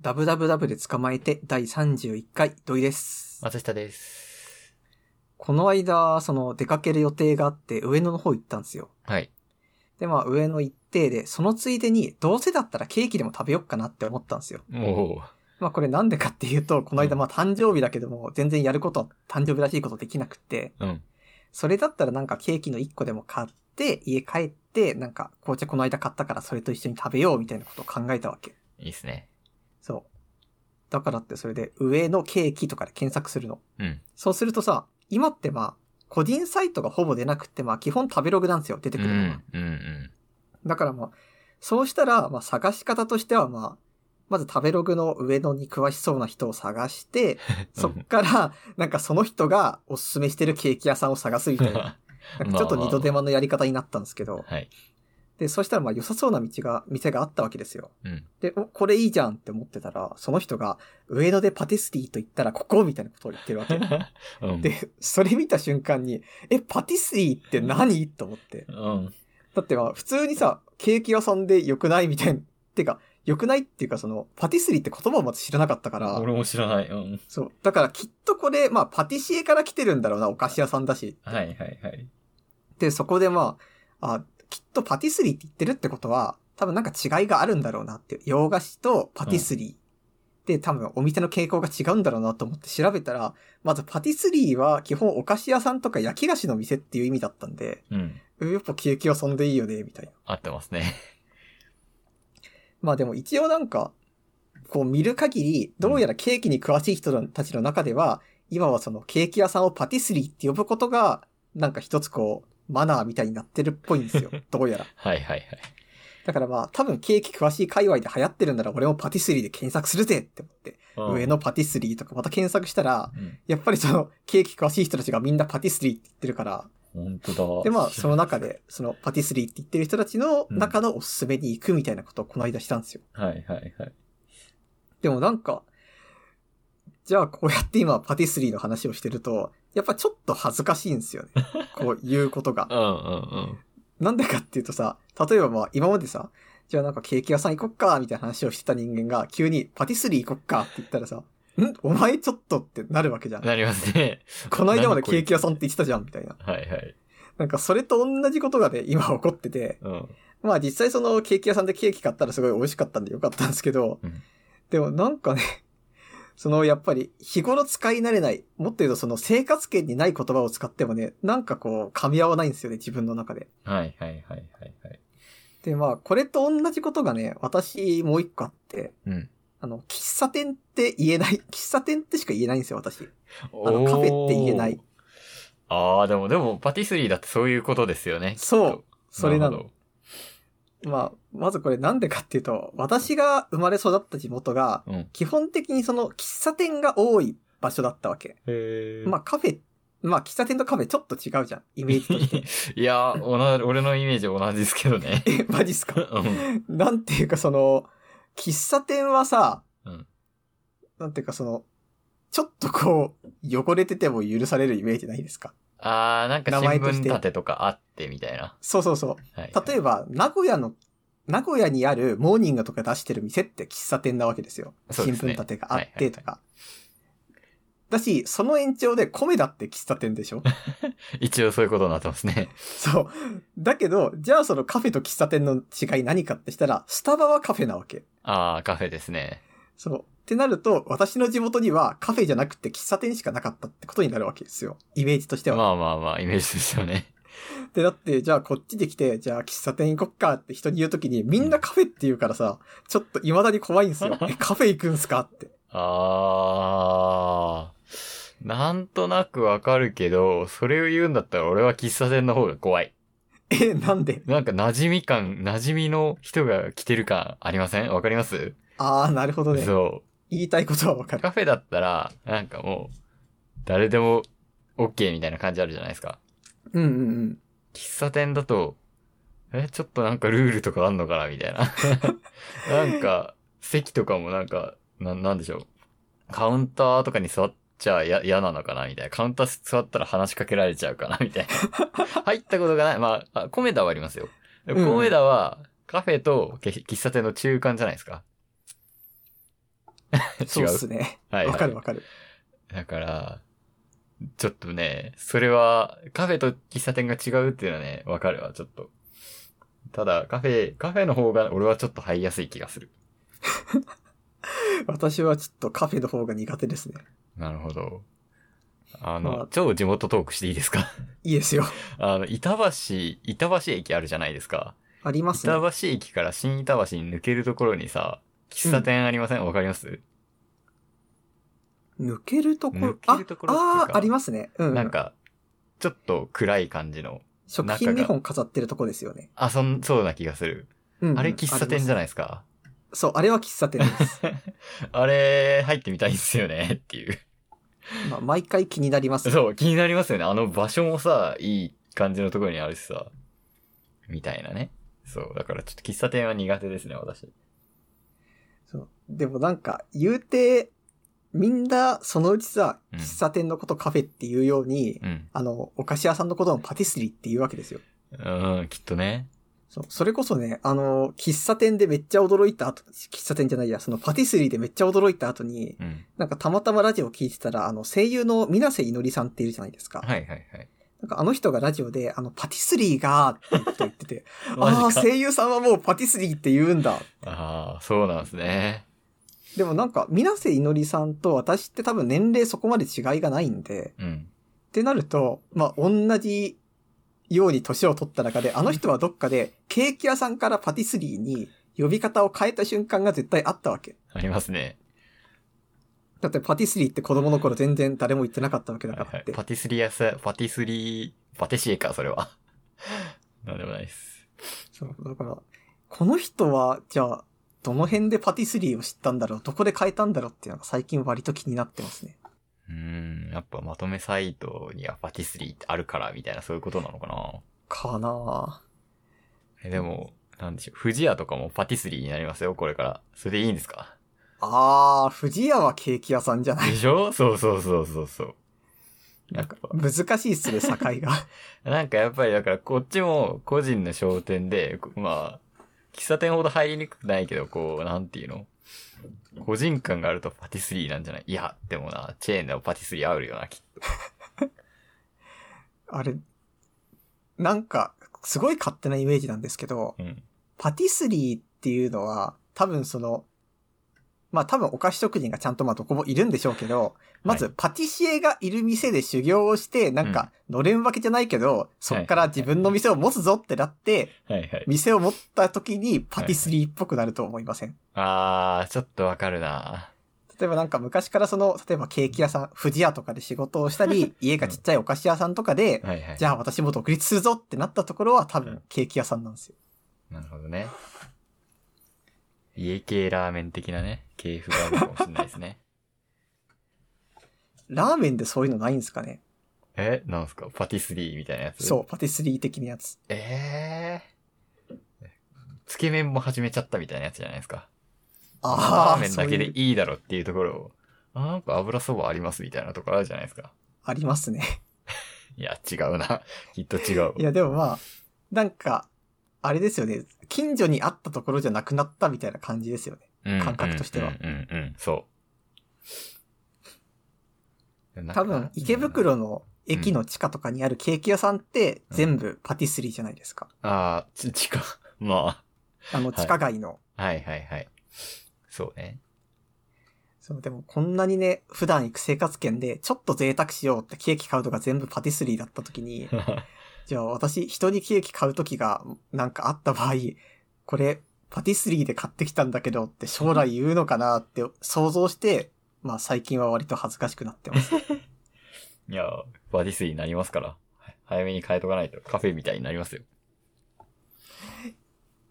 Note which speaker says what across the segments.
Speaker 1: ダブダブダブで捕まえて第31回土井です。
Speaker 2: 松下です。
Speaker 1: この間、その出かける予定があって上野の方行ったんですよ。
Speaker 2: はい。
Speaker 1: で、まあ上野行ってで、そのついでにどうせだったらケーキでも食べよっかなって思ったんですよ。
Speaker 2: おお
Speaker 1: まあこれなんでかっていうと、この間まあ誕生日だけども全然やること、誕生日らしいことできなくて、
Speaker 2: ー。うん。
Speaker 1: それだったらなんかケーキの1個でも買って家帰って、なんか紅茶この間買ったからそれと一緒に食べようみたいなことを考えたわけ。
Speaker 2: いいっすね。
Speaker 1: そう。だからってそれで上のケーキとかで検索するの。
Speaker 2: うん。
Speaker 1: そうするとさ、今ってまあ、個人サイトがほぼ出なくって、まあ基本食べログなんですよ、出て
Speaker 2: う
Speaker 1: く
Speaker 2: ん。
Speaker 1: る
Speaker 2: う
Speaker 1: のが。
Speaker 2: ん。うん。
Speaker 1: だからまあ、そうしたら、まあ探し方としてはまあ、まず食べログの上野に詳しそうな人を探 して、そっから、なんかその人がおすすめしてるケーキ屋さんを探すみたい な。なんかちょっと二度手間のやり方になったんですけど、
Speaker 2: はい。
Speaker 1: で、そしたらまあ良さそうな道が、店があったわけですよ。
Speaker 2: うん。
Speaker 1: で、お、これいいじゃんって思ってたら、その人が、上野でパティスリーと言ったらここみたいなことを言ってるわけ。
Speaker 2: うん。
Speaker 1: で、それ見た瞬間に、え、パティスリーって何と思って
Speaker 2: う。ん。
Speaker 1: だってまあ、普通にさ、ケーキ屋さんで良くないみたいな。てか、良くないっていうかその、パティスリーって言葉をまず知らなかったから、
Speaker 2: 俺も知らない。うん。
Speaker 1: そう。だからきっとこれ、まあ、パティシエから来てるんだろうな、お菓子屋さんだし。
Speaker 2: はいはいはい。
Speaker 1: で、そこでまあ、あ、きっとパティスリーって言ってるってことは、多分なんか違いがあるんだろうなっていう。洋菓子とパティスリー。で、多分お店の傾向が違うんだろうなと思って調べたら、まずパティスリーは基本お菓子屋さんとか焼き菓子の店っていう意味だったんで、
Speaker 2: うん。
Speaker 1: うんやっぱケーキ屋さんでいいよね、みたいな。
Speaker 2: 合ってますね。
Speaker 1: まあでも一応なんか、こう見る限り、どうやらケーキに詳しい人たちの中では、今はそのケーキ屋さんをパティスリーって呼ぶことが、なんか一つこう、マナーみたいになってるっぽいんですよ。どうやら。
Speaker 2: はいはいはい。
Speaker 1: だからまあ、多分ケーキ詳しい界隈で流行ってるんなら俺もパティスリーで検索するぜって思って、
Speaker 2: うん
Speaker 1: 上。のパティスリーとかまた検索したら、
Speaker 2: うん。
Speaker 1: やっぱりそのケーキ詳しい人たちがみんなパティスリーって言ってるから、
Speaker 2: 本当だ。
Speaker 1: でまあ、その中で、そのパティスリーって言ってる人たちの中のおすすめに行くみたいなことをこの間したんですよ。
Speaker 2: はいはいはい。
Speaker 1: でもなんか、じゃあこうやって今パティスリーの話をしてると、やっぱちょっと恥ずかしいんですよね。こういうことが
Speaker 2: う。んうんうん。
Speaker 1: なんでかっていうとさ、例えばまあ今までさ、じゃあなんかケーキ屋さん行こっか、みたいな話をしてた人間が急にパティスリー行こっかって言ったらさ、んお前ちょっとってなるわけじゃん。
Speaker 2: なりますね。
Speaker 1: この間まで
Speaker 2: 何こいつ
Speaker 1: ケーキ屋さんって言ってたじゃん、みたいな。
Speaker 2: はいはい。
Speaker 1: なんかそれと同じことがね、今起こってて、
Speaker 2: うん。
Speaker 1: まあ実際そのケーキ屋さんでケーキ買ったらすごい美味しかったんでよかったんですけど、
Speaker 2: うん
Speaker 1: でもなんかね、そのやっぱり日頃使い慣れない、もっと言うとその生活圏にない言葉を使ってもね、なんかこう噛み合わないんですよね、自分の中で。
Speaker 2: はいはいはいはいはい。
Speaker 1: でまあこれと同じことがね、私もう一個あって、
Speaker 2: うん。
Speaker 1: あの、喫茶店って言えない、 喫茶店ってしか言えないんですよ、私。のカフェって言えない
Speaker 2: おー。ああ、でもでも、パティスリーだってそういうことですよね。
Speaker 1: そう
Speaker 2: きっと。
Speaker 1: それな
Speaker 2: る
Speaker 1: の
Speaker 2: ほ。
Speaker 1: まあ、まずこれなんでかっていうと、私が生まれ育った地元が、
Speaker 2: ど。うん。へ
Speaker 1: 基本的にその喫茶店が多い場所だったわけ。
Speaker 2: え。
Speaker 1: まあカフェ、まあ喫茶店とカフェちょっと違うじゃん、イメージ として。
Speaker 2: いやー、おな俺のイメージ同じですけどね。
Speaker 1: え、マジっす
Speaker 2: う
Speaker 1: か
Speaker 2: ん。
Speaker 1: なんていうかその、喫茶店はさ、
Speaker 2: うん
Speaker 1: なんていうかその、ちょっとこう、汚れてても許されるイメージないですか
Speaker 2: あー、なんか
Speaker 1: 名
Speaker 2: 新
Speaker 1: 前として
Speaker 2: 聞立てとかあってみたいな。
Speaker 1: そうそうそう。
Speaker 2: はい、
Speaker 1: 例えば、名古屋の、名古屋にあるモーニングとか出してる店って喫茶店なわけですよ。
Speaker 2: そうです
Speaker 1: 新聞
Speaker 2: ね
Speaker 1: 立てがあってとか。だし、その延長で米だって喫茶店 でしょ
Speaker 2: 一応そういうことになってますね。
Speaker 1: そう。だけど、じゃあそのカフェと喫茶店の違い何かってしたら、スタバはカフェなわけ。
Speaker 2: あー、カフェですね。
Speaker 1: そう。ってなると、私の地元にはカフェじゃなくて喫茶店しかなかったってことになるわけですよ。イメージとしては。
Speaker 2: まあまあまあ、イメージですよね。
Speaker 1: で、だって、じゃあこっちで来て、じゃあ喫茶店行こっかって人に言うときに、みんなカフェって言うからさ、ちょっと未だに怖いん ですよ。え、カフェ行くんすかって。
Speaker 2: あー、なんとなくわかるけど、それを言うんだったら俺は喫茶店の方が怖い。
Speaker 1: え、なんで
Speaker 2: なんか馴染み感、馴染みの人が来てる感ありませんわかります
Speaker 1: あー、なるほどね。
Speaker 2: そう。
Speaker 1: 言いたいことはわか る。
Speaker 2: カフェだったら、なんかもう、誰でも OK みたいな感じあるじゃないですか。
Speaker 1: うんうんうん。
Speaker 2: 喫茶店だと、え、ちょっとなんかルールとかあんのかなみたいな。 なんか、席とかもなんか、ななんでしょう。カウンターとかに座っちゃや嫌なのかなみたいな。カウンター座ったら話しかけられちゃうかなみた いな。入ったことがない。まあ、あコメダはありますよ。で
Speaker 1: うん
Speaker 2: コメダは、カフェとけ喫茶店の中間じゃないですか。
Speaker 1: そうっ すね。
Speaker 2: はい、
Speaker 1: わ、
Speaker 2: はい。
Speaker 1: かるわかる。
Speaker 2: だから、ちょっとね、それは、カフェと喫茶店が違うっていうのはね、わかるわ、ちょっと。ただ、カフェ、カフェの方が俺はちょっと入りやすい気がする。
Speaker 1: 私はちょっとカフェの方が苦手ですね。
Speaker 2: なるほど。あ
Speaker 1: まあ
Speaker 2: の、超地元トークしていいですか
Speaker 1: いいですよ。
Speaker 2: あの、板橋、板橋駅あるじゃないですか。
Speaker 1: ありますね
Speaker 2: 板。橋駅から新板橋に抜けるところにさ、喫茶店ありませんわ、かります
Speaker 1: 抜けるところ
Speaker 2: 抜。けるところってい
Speaker 1: あ、
Speaker 2: うか
Speaker 1: あーありますね。うん。
Speaker 2: なんか、ちょっと暗い感じの、
Speaker 1: 食
Speaker 2: 中
Speaker 1: 品
Speaker 2: が
Speaker 1: 2本飾ってるとこですよね。
Speaker 2: あ、そん、そうな気がする。
Speaker 1: うんうん、
Speaker 2: あれ喫茶店じゃ
Speaker 1: ない
Speaker 2: ないですか。
Speaker 1: そう、あれは喫茶店 です。
Speaker 2: あれ、入ってみたいんですよね、 っていう。
Speaker 1: まあ、毎回気になります。
Speaker 2: そう、気になりますよね。あの場所もさ、いい感じのところにあるしさ、みたいなね。そう、だからちょっと喫茶店は苦手ですね、私。
Speaker 1: そうでもなんか、言うて、みんな、そのうちさ、
Speaker 2: うん
Speaker 1: 喫茶店のことカフェっていうように、
Speaker 2: うん。
Speaker 1: あの、お菓子屋さんのこともパティスリーっていうわけですよ。
Speaker 2: うん、きっとね。
Speaker 1: そう。それこそね、あの、喫茶店でめっちゃ驚いた後、喫茶店じゃないや、そのパティスリーでめっちゃ驚いた後に、
Speaker 2: うん。
Speaker 1: なんかたまたまラジオ聞いてたら、あの、声優の水瀬いのりさんっているじゃないですか。
Speaker 2: はいはいはい。
Speaker 1: なんかあの人がラジオで、あの、パティスリーが、ってこと言ってて、あ
Speaker 2: マ
Speaker 1: あ、
Speaker 2: ジか。
Speaker 1: 声優さんはもうパティスリーって言うんだ。
Speaker 2: ああ、そうなんですね。
Speaker 1: でもなんか、水瀬いのりさんと私って多分年齢そこまで違いがないんで、
Speaker 2: うん。
Speaker 1: ってなると、まあ、同じように年を取った中で、あの人はどっかでケーキ屋さんからパティスリーに呼び方を変えた瞬間が絶対あったわけ。
Speaker 2: ありますね。
Speaker 1: だってパティスリーって子供の頃全然誰も言ってなかったわけだか
Speaker 2: はいは
Speaker 1: らっ
Speaker 2: い
Speaker 1: て。
Speaker 2: パティスリー屋さん、パティスリー、パティシエか、それは。 なんでもないです。
Speaker 1: そう、だから、この人は、じゃあ、どの辺でパティスリーを知ったんだろうどこで変えたんだろうっていうのが最近割と気になってますね。
Speaker 2: うーん、やっぱまとめサイトにはパティスリーってあるから、みたいな、そういうことなのかな。
Speaker 1: かなぁ。
Speaker 2: え、でも、なんでしょう。富士屋とかもパティスリーになりますよ、これから。それでいいんですか
Speaker 1: あー、藤屋はケーキ屋さんじゃない。
Speaker 2: でしょそうそうそうそうそう。
Speaker 1: なんか、難しいっすね、境が。
Speaker 2: なんかやっぱりだからこっちも個人の商店で、こまあ、喫茶店ほど入りにくくないけど、こう、なんていうの個人感があるとパティスリーなんじゃないいや、でもな、チェーンでもパティスリーあるよな、きっと。
Speaker 1: あれ、なんか、すごい勝手なイメージなんですけど、
Speaker 2: うん。
Speaker 1: パティスリーっていうのは、多分その、まあ多分お菓子職人がちゃんとまあどこもいるんでしょうけど、まずパティシエがいる店で修行をして、なんか、のれんわけじゃないけど、そっから自分の店を持つぞってなって、
Speaker 2: はいはい。
Speaker 1: 店を持った時にパティスリーっぽくなると思いません。
Speaker 2: あー、ちょっとわかるな。
Speaker 1: 例えばなんか昔からその、例えばケーキ屋さん、富士屋とかで仕事をした り、家がちっちゃいお菓子屋さんとかで、
Speaker 2: はいはい。
Speaker 1: じゃあ私も独立するぞってなったところは多分ケーキ屋さんなんですよ。
Speaker 2: なるほどね。家系ラーメン的なね、系譜があるかもしれないですね。
Speaker 1: ラーメンでそういうのないんですかね
Speaker 2: え、なんすかパティスリーみたいなやつ。
Speaker 1: そうう、パティスリー的なやつ。
Speaker 2: えーつけ麺も始めちゃったみたいなやつじゃないですか。
Speaker 1: ああ、
Speaker 2: ラーメンだけで
Speaker 1: そういう
Speaker 2: いいだろっていうところを、あ、なんか油そばありますみたいなところあるじゃないですか。
Speaker 1: ありますね。
Speaker 2: いや、違うな。 きっと違う。
Speaker 1: いや、でもまあ、なんか、あれですよね。近所にあったところじゃなくなったみたいな感じですよね。
Speaker 2: うん
Speaker 1: 感覚としては
Speaker 2: うんうんうん、うんそう。
Speaker 1: 多分、池袋の駅の地下とかにあるケーキ屋さんって全部パティスリーじゃないですか。
Speaker 2: ああ、ち、 地下。ま
Speaker 1: あの、
Speaker 2: い
Speaker 1: 地下街の。
Speaker 2: あ。はいはいはい。そう ね。
Speaker 1: そう、でもこんなにね、普段行く生活圏でちょっと贅沢しようってケーキ買うとか全部パティスリーだった時に、じゃあ私、人にケーキ買うときが、なんかあった場合、これ、パティスリーで買ってきたんだけどって将来言うのかなって想像して、まあ最近は割と恥ずかしくなって ます。
Speaker 2: いや、バディスリーになりますから。はい早めに変えとかないとカフェみたいになりますよ。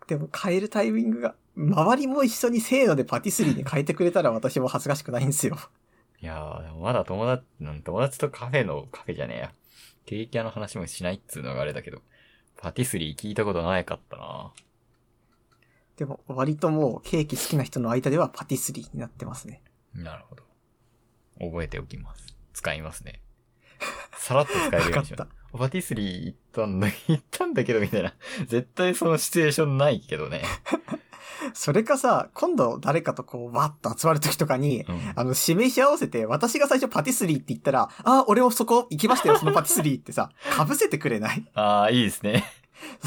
Speaker 1: でも変えるタイミングが、周りも一緒にせーのでパティスリーに変えてくれたら私も恥ずかしくないんですよ。
Speaker 2: いやー、でもまだ友達、なん友達とカフェの、カフェじゃねえや。ケーキ屋の話もしないっつうのがあれだけど、パティスリー聞いたことないかったな
Speaker 1: でも割ともうケーキ好きな人の間ではパティスリーになってますね。
Speaker 2: なるほど。覚えておきます。使いますね。 さらっと使える
Speaker 1: わ
Speaker 2: よう
Speaker 1: かっ
Speaker 2: にします
Speaker 1: た。。
Speaker 2: パティスリー行ったんだ、行ったんだけどみたいな。絶対そのシチュエーションないけどね。
Speaker 1: それかさ、今度誰かとこう、わっと集まる時とかに、
Speaker 2: うん
Speaker 1: あの、示し合わせて、私が最初パティスリーって言ったら、あ、俺もそこ行きましたよ、そのパティスリーってさ、被せてくれない
Speaker 2: ああ、いいですね。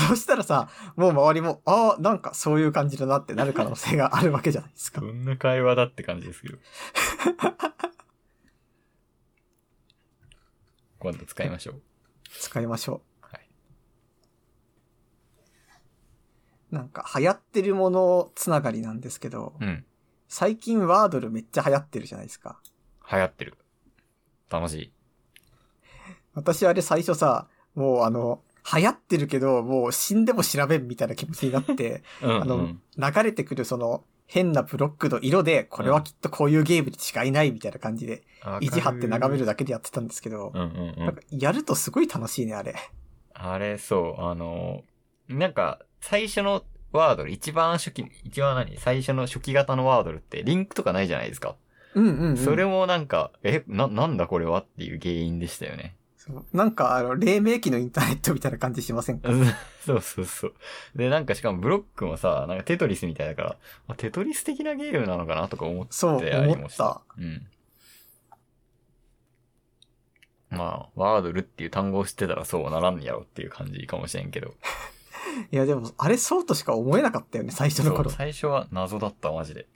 Speaker 1: そしたらさ、もう周りも、ああ、なんかそういう感じだなってなる可能性があるわけじゃないですか
Speaker 2: ど。んな会話だって感じです けど。今度使いましょう。
Speaker 1: 使いましょう。
Speaker 2: はい
Speaker 1: なんか流行ってるものつながりなんですけど、
Speaker 2: うん。
Speaker 1: 最近ワードルめっちゃ流行ってるじゃないですか。
Speaker 2: 流行ってる。楽しい。
Speaker 1: 私あれ最初さ、もうあの、流行ってるけど、もう死んでも調べんみたいな気持ちになって、
Speaker 2: うん、
Speaker 1: あ
Speaker 2: う
Speaker 1: の
Speaker 2: ん。、
Speaker 1: 流れてくるその、変なブロックの色で、これはきっとこういうゲームに違いないみたいな感じで、意地張って眺める
Speaker 2: だ
Speaker 1: だけでやってたんですけど、
Speaker 2: うんうんう
Speaker 1: なん
Speaker 2: ん。
Speaker 1: かやるとすごい楽しいね、あれ。
Speaker 2: あれ、そう、あの、なんか、最初のワードル、一番初期、一番何最初の初期型のワードルって、リンクとかないじゃないですか。
Speaker 1: うんうん、うん。
Speaker 2: それもなんか、え、な、なんだこれはっていう原因でしたよね。
Speaker 1: そうなんか、あの、黎明期のインターネットみたいな感じしませんか
Speaker 2: そうそうそう。で、なんかしかもブロックもさ、なんかテトリスみたいだから、あテトリス的なゲームなのかなとか思っ
Speaker 1: そう、
Speaker 2: てあり
Speaker 1: 思
Speaker 2: ま
Speaker 1: っ
Speaker 2: したた。。うん。まあ、ワードルっていう単語を知ってたらそうはならんやろっていう感じかもしれんけど。
Speaker 1: いや、でも、あれそうとしか思えなかったよね、最初の
Speaker 2: そう
Speaker 1: 頃。
Speaker 2: 最初は謎だった、マジで。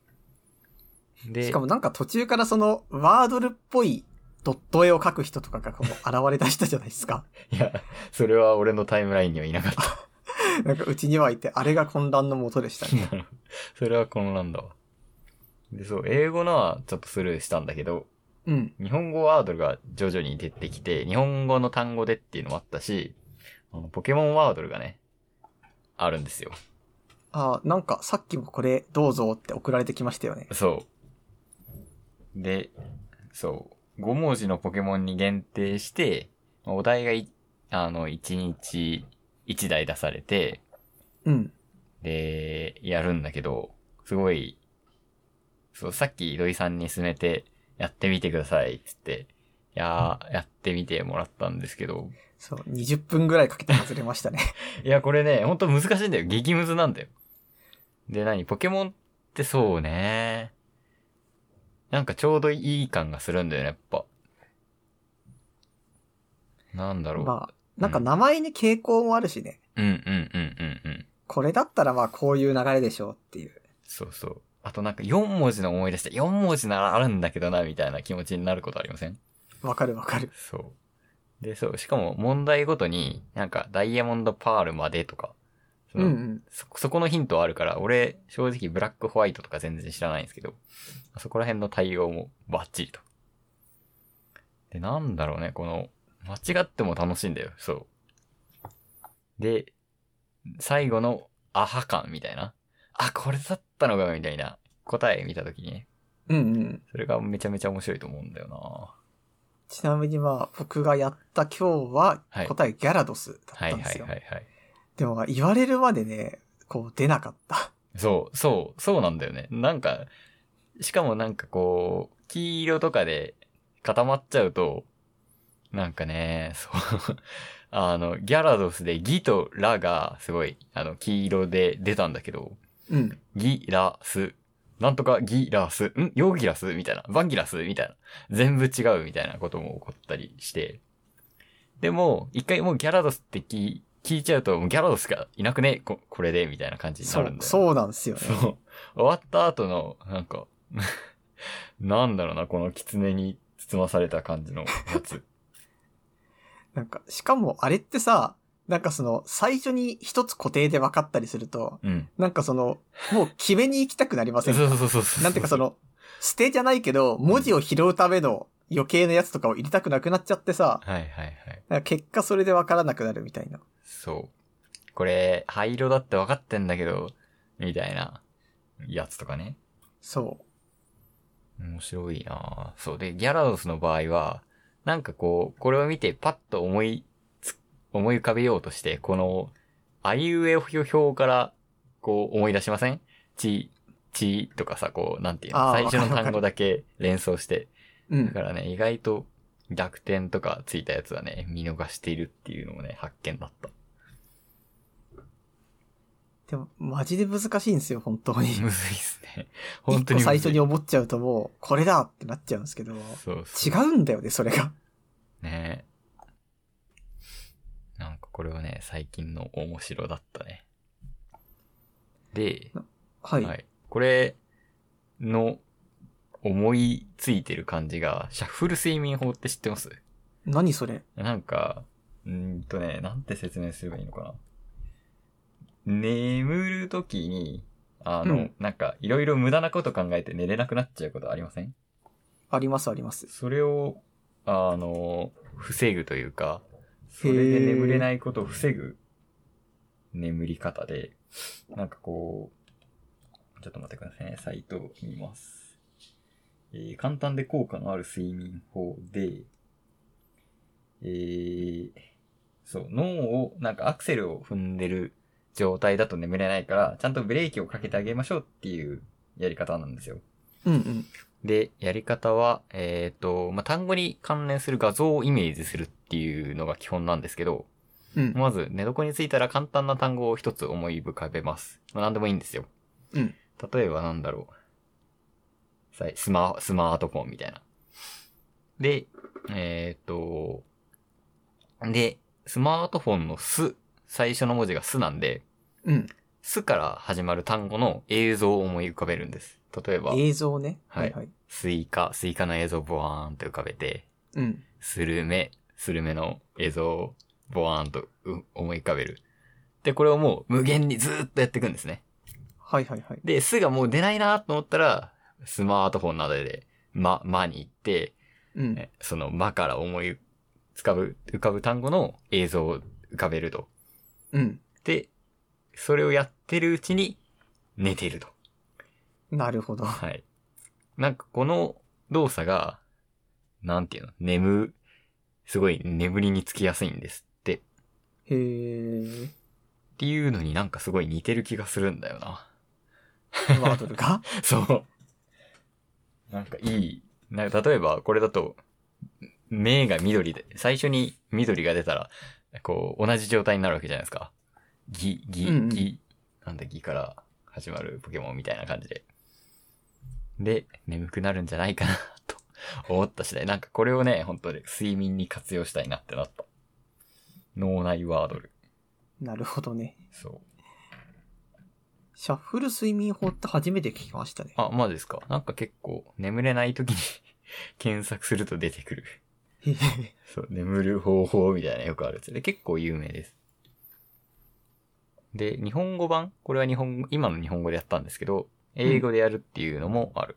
Speaker 2: で、
Speaker 1: しかもなんか途中からその、ワードルっぽいドット絵を描く人とかがこう、現れ出したじゃないですか。
Speaker 2: いや、それは俺のタイムラインにはいなかった。
Speaker 1: なんかうちにはいて、あれが混乱のもとでしたね。
Speaker 2: それは混乱だわ。で、そう、英語のはちょっとスルーしたんだけど、
Speaker 1: うん。
Speaker 2: 日本語ワードが徐々に出てきて、日本語の単語でっていうのもあったし、あのポケモンワードルがね、あるんですよ。
Speaker 1: ああ、なんかさっきもこれどうぞって送られてきましたよね。
Speaker 2: そう。で、そう、5文字のポケモンに限定して、お題がい、あの、1日1台出されて、
Speaker 1: うん。
Speaker 2: で、やるんだけど、すごい、そう、さっき土井さんに勧めて、やってみてください、つって、いやー、やってみてもらったんですけど、
Speaker 1: そう、20分ぐらいかけて外れましたね。
Speaker 2: いや、これね、ほんと難しいんだよ。激ムズなんだよ。で、何ポケモンってそうね。なんかちょうどいい感がするんだよね、やっぱ。なんだろ う。
Speaker 1: まあ、なんか名前に傾向もあるしね。
Speaker 2: うんうんうんうんうん。
Speaker 1: これだったらまあこういう流れでしょうっていう。
Speaker 2: そうそう。あとなんか4文字の思い出して、4文字ならあるんだけどな、みたいな気持ちになることありません
Speaker 1: わかるわかる。
Speaker 2: そう。で、そう。しかも問題ごとに、なんかダイヤモンドパールまでとか、そ
Speaker 1: うん
Speaker 2: の
Speaker 1: うん。
Speaker 2: そ、そこのヒントあるから、俺、正直ブラックホワイトとか全然知らないんですけど、そこら辺の対応もバッチリと。で、なんだろうね、この、間違っても楽しいんだよ、そう。で、最後の、アハ感みたいな。あ、これだったのか、みたいな答え見たときにね。
Speaker 1: うんうん。
Speaker 2: それがめちゃめちゃ面白いと思うんだよな
Speaker 1: ちなみにまあ僕がやった今日は
Speaker 2: はい
Speaker 1: 答えギャラドスだ
Speaker 2: は
Speaker 1: っ
Speaker 2: い
Speaker 1: た
Speaker 2: は
Speaker 1: んで
Speaker 2: い
Speaker 1: すよ。
Speaker 2: はいはい。
Speaker 1: でもまあ言われるまでね、こう出なかった。
Speaker 2: そう、そう、そうなんだよね。なんか、しかもなんかこう、黄色とかで固まっちゃうと、なんかね、そう、 あの、ギャラドスでギとラがすごい、あの、黄色で出たんだけど、
Speaker 1: うん。
Speaker 2: ギラス、なんとかギラス、んヨギラスみたいな、バンギラスみたいな、全部違うみたいなことも起こったりして、でも、一回もうギャラドスって聞聞いちゃうと、もうギャラドスがいなくねこ、これで、みたいな感じにな
Speaker 1: そ
Speaker 2: るんだ
Speaker 1: う
Speaker 2: よ、、ね。
Speaker 1: そうなんですよね。
Speaker 2: そう。終わった後の、なんか、 なんだろうな、この狐に包まされた感じのや つ。
Speaker 1: なんか、しかもあれってさ、なんかその、最初に一つ固定で分かったりすると、
Speaker 2: うん。
Speaker 1: なんかその、もう決めに行きたくなりませ
Speaker 2: そうんそ
Speaker 1: か
Speaker 2: うそうそうそう。
Speaker 1: なんていうかそ、の、捨てじゃないけど、文字を拾うための余計なやつとかを入れたくなくなっちゃってさ、
Speaker 2: はいはいはい。
Speaker 1: なんか結果それで分からなくなるみたいな。
Speaker 2: そう。これ、灰色だって分かってんだけど、みたいな、やつとかね。
Speaker 1: そう。
Speaker 2: 面白いなぁそう。で、ギャラドスの場合は、なんかこう、これを見てパッと思いつ、思い浮かべようとして、この、あいうえお表から、こう思い出しませんち、ちとかさ、こう、なんていうの
Speaker 1: あ
Speaker 2: 最
Speaker 1: ー
Speaker 2: 初
Speaker 1: わか
Speaker 2: の
Speaker 1: るわかる
Speaker 2: 単語だけ連想して。
Speaker 1: う
Speaker 2: だ
Speaker 1: ん
Speaker 2: か。らね、意外と濁点とかついたやつはね、見逃しているっていうのもね、発見だった。
Speaker 1: でも、マジで難しいんですよ、本当に。
Speaker 2: むずいっすね。本当
Speaker 1: 一
Speaker 2: に
Speaker 1: 個最初に
Speaker 2: む
Speaker 1: 思っちゃうともう、これだってなっちゃうんですけど、
Speaker 2: ずいそうそ
Speaker 1: 違
Speaker 2: う。
Speaker 1: うんだよね、それが。
Speaker 2: ねなんかこれはね、最近の面白だったね。で、
Speaker 1: はい。
Speaker 2: はい。これの思いついてる感じが、シャッフル睡眠法って知ってます
Speaker 1: 何それ
Speaker 2: なんか、うーんとね、なんて説明すればいいのかな。眠るときに、あの、
Speaker 1: うん
Speaker 2: なんか、いろいろ無駄なこと考えて寝れなくなっちゃうことありません
Speaker 1: あります、あります。
Speaker 2: それを、あの、防ぐというか、それで眠れないことを防ぐ眠り方で、なんかこう、ちょっと待ってくださいね。サイトを見ます。えー簡単で効果のある睡眠法で、えーそう、脳を、なんかアクセルを踏んでる状態だと眠れないから、ちゃんとブレーキをかけてあげましょうっていうやり方なんですよ。
Speaker 1: うんうん。
Speaker 2: で、やり方は、えっ、と、まあ、単語に関連する画像をイメージするっていうのが基本なんですけど、
Speaker 1: うん。
Speaker 2: まず寝床についたら簡単な単語を一つ思い浮かべます。まあ、何でもいいんですよ。
Speaker 1: うん。
Speaker 2: 例えばなんだろう。さいスマ、スマートフォンみたいな。で、えっ、と、で、スマートフォンのス、最初の文字がスなんで、
Speaker 1: うん。
Speaker 2: スから始まる単語の映像を思い浮かべるんです。例えば、
Speaker 1: 映像ね。
Speaker 2: はい
Speaker 1: はいはい。
Speaker 2: スイカ、スイカの映像をボワーンと浮かべて、
Speaker 1: うん。
Speaker 2: スルメ、スルメの映像をボワーンとう思い浮かべる。で、これをもう無限にずーっとやっていくんですね。
Speaker 1: はいはいはい。
Speaker 2: で、すがもう出ないなと思ったら、スマートフォンなどで、ま、まに行って、
Speaker 1: うん。
Speaker 2: えそのまから思い浮かぶ、浮かぶ単語の映像を浮かべると。
Speaker 1: うん。
Speaker 2: で、それをやってるうちに寝てると。
Speaker 1: なるほど。
Speaker 2: はい。なんかこの動作が、なんていうの、眠、すごい眠りにつきやすいんですって。っ
Speaker 1: へー。
Speaker 2: ていうのになんかすごい似てる気がするんだよな。
Speaker 1: ワードルが
Speaker 2: そう。なんかいい。なんか例えばこれだと、目が緑で、最初に緑が出たら、こう、同じ状態になるわけじゃないですか。ギ、ギ、
Speaker 1: うんうん
Speaker 2: ギ、なんだ、ギから始まるポケモンみたいな感じで。で、眠くなるんじゃないかな、と 思った次第。なんかこれをね、本当に睡眠に活用したいなってなった。脳内ワードル。
Speaker 1: なるほどね。
Speaker 2: そう。
Speaker 1: シャッフル睡眠法って初めて聞きましたね。
Speaker 2: あ、まあですか。なんか結構、眠れない時に 検索すると出てくる。
Speaker 1: へへ
Speaker 2: そう、眠る方法みたいなよくあるやつで、結構有名です。で、日本語版これは日本語、今の日本語でやったんですけど、英語でやるっていうのもある。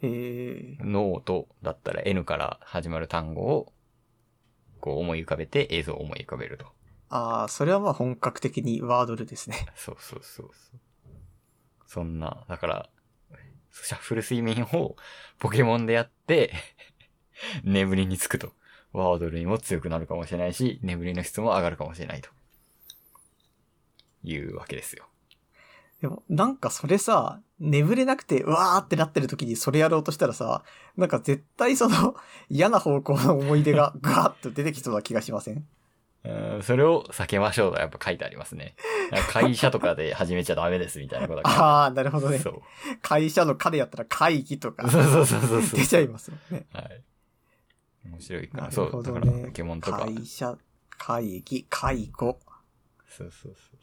Speaker 1: へー。
Speaker 2: ノートだったら N から始まる単語を、こう思い浮かべて映像を思い浮かべると。
Speaker 1: ああ、それはまあ本格的にワードルですね。
Speaker 2: そうそうそうそう。そんな、だから、シャッフル睡眠をポケモンでやって、 眠りにつくと。ワードルにも強くなるかもしれないし、眠りの質も上がるかもしれないと。いうわけですよ。
Speaker 1: でも、なんかそれさ、眠れなくて、うわーってなってる時にそれやろうとしたらさ、なんか絶対その 嫌な方向の思い出が ガーッと出てきそうな気がしません
Speaker 2: うーんそれを避けましょうとやっぱ書いてありますね。会社とかで始めちゃダメですみたいなことが書いてあ
Speaker 1: ああ、なるほど
Speaker 2: る。
Speaker 1: ね。
Speaker 2: そう。
Speaker 1: 会社の彼やったら会議とか
Speaker 2: そうそうそうそうそ う。
Speaker 1: 出ちゃいますよね。
Speaker 2: はい。面白いか
Speaker 1: な
Speaker 2: ら。
Speaker 1: る
Speaker 2: そ
Speaker 1: ほ
Speaker 2: う、だ
Speaker 1: ど
Speaker 2: から
Speaker 1: ね。
Speaker 2: ポケモンとか。
Speaker 1: 会社、会議、解雇。
Speaker 2: そうそうそうそう。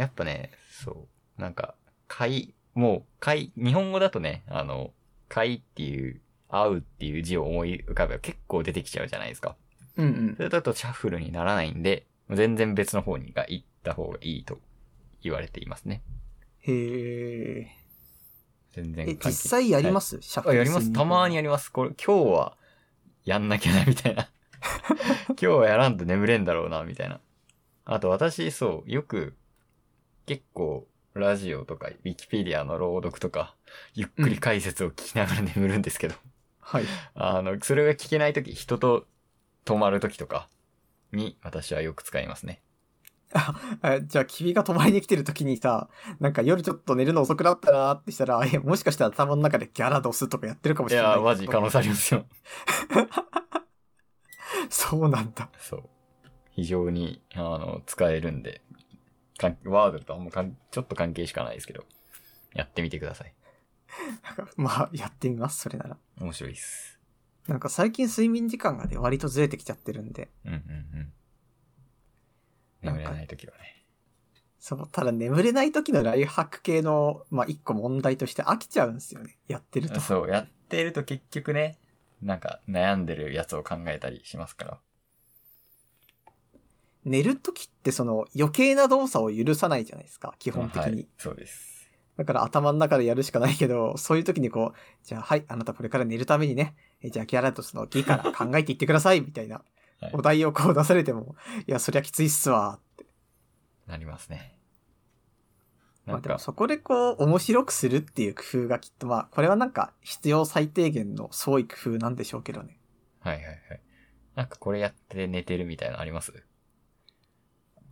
Speaker 2: やっぱね、そう。なんか、会、もう、会、日本語だとね、あの、会っていう、会うっていう字を思い浮かべば結構出てきちゃうじゃないですか。
Speaker 1: うんうん
Speaker 2: そ。れだとシャッフルにならないんで、全然別の方にが行った方がいいと言われていますね。
Speaker 1: へえ。
Speaker 2: 全然
Speaker 1: え、
Speaker 2: 関係
Speaker 1: 実際やります、シャッフ
Speaker 2: あ、
Speaker 1: ル
Speaker 2: やります。たまにやります。これ、今日は、やんなきゃな、みたい な。今日はやらんと眠れんだろうな、みたいな。あと、私、そう、よく、結構、ラジオとか、ウィキペディアの朗読とか、ゆっくり解説を聞きながら眠るんですけど、
Speaker 1: はい。
Speaker 2: あの、それが聞けないとき、人と泊まるときとかに、私はよく使いますね。
Speaker 1: あじゃあ、君が泊まりに来てる時にさ、なんか夜ちょっと寝るの遅くなったなってしたら、え、もしかしたら頭の中でギャラドスとかやってるかも
Speaker 2: い
Speaker 1: しれない。
Speaker 2: やー、マジ可能性ありますよ。
Speaker 1: そうなんだ。
Speaker 2: そう。非常に、あの、使えるんで、かんワードとあんまかんちょっと関係しかないですけど、やってみてください。
Speaker 1: まあ、やってみます、それなら。
Speaker 2: 面白いっす。
Speaker 1: なんか最近睡眠時間がね、割とずれてきちゃってるんで、
Speaker 2: うんうんうん。眠れないときはね。
Speaker 1: そう、ただ眠れない時のライフハック系の、まあ一個問題として飽きちゃうんですよね。やってると。
Speaker 2: そう、やってると結局ね、なんか悩んでるやつを考えたりしますから。
Speaker 1: 寝る時ってその余計な動作を許さないじゃないですか、基本的に。
Speaker 2: はい、そうです。
Speaker 1: だから頭の中でやるしかないけど、そういう時にこう、じゃあはい、あなたこれから寝るためにね、えジャッキーアラートスの儀から考えていってください、みたいな
Speaker 2: はい
Speaker 1: お題をこう出されても、いや、そりゃきついっすわ。
Speaker 2: なりますね。
Speaker 1: ま
Speaker 2: な
Speaker 1: あ
Speaker 2: ん
Speaker 1: でも
Speaker 2: か、
Speaker 1: そこでこう、面白くするっていう工夫がきっと、まあ、これはなんか必要最低限の創意工夫なんでしょうけどね。
Speaker 2: はいはいはい。なんかこれやって寝てるみたいなのあります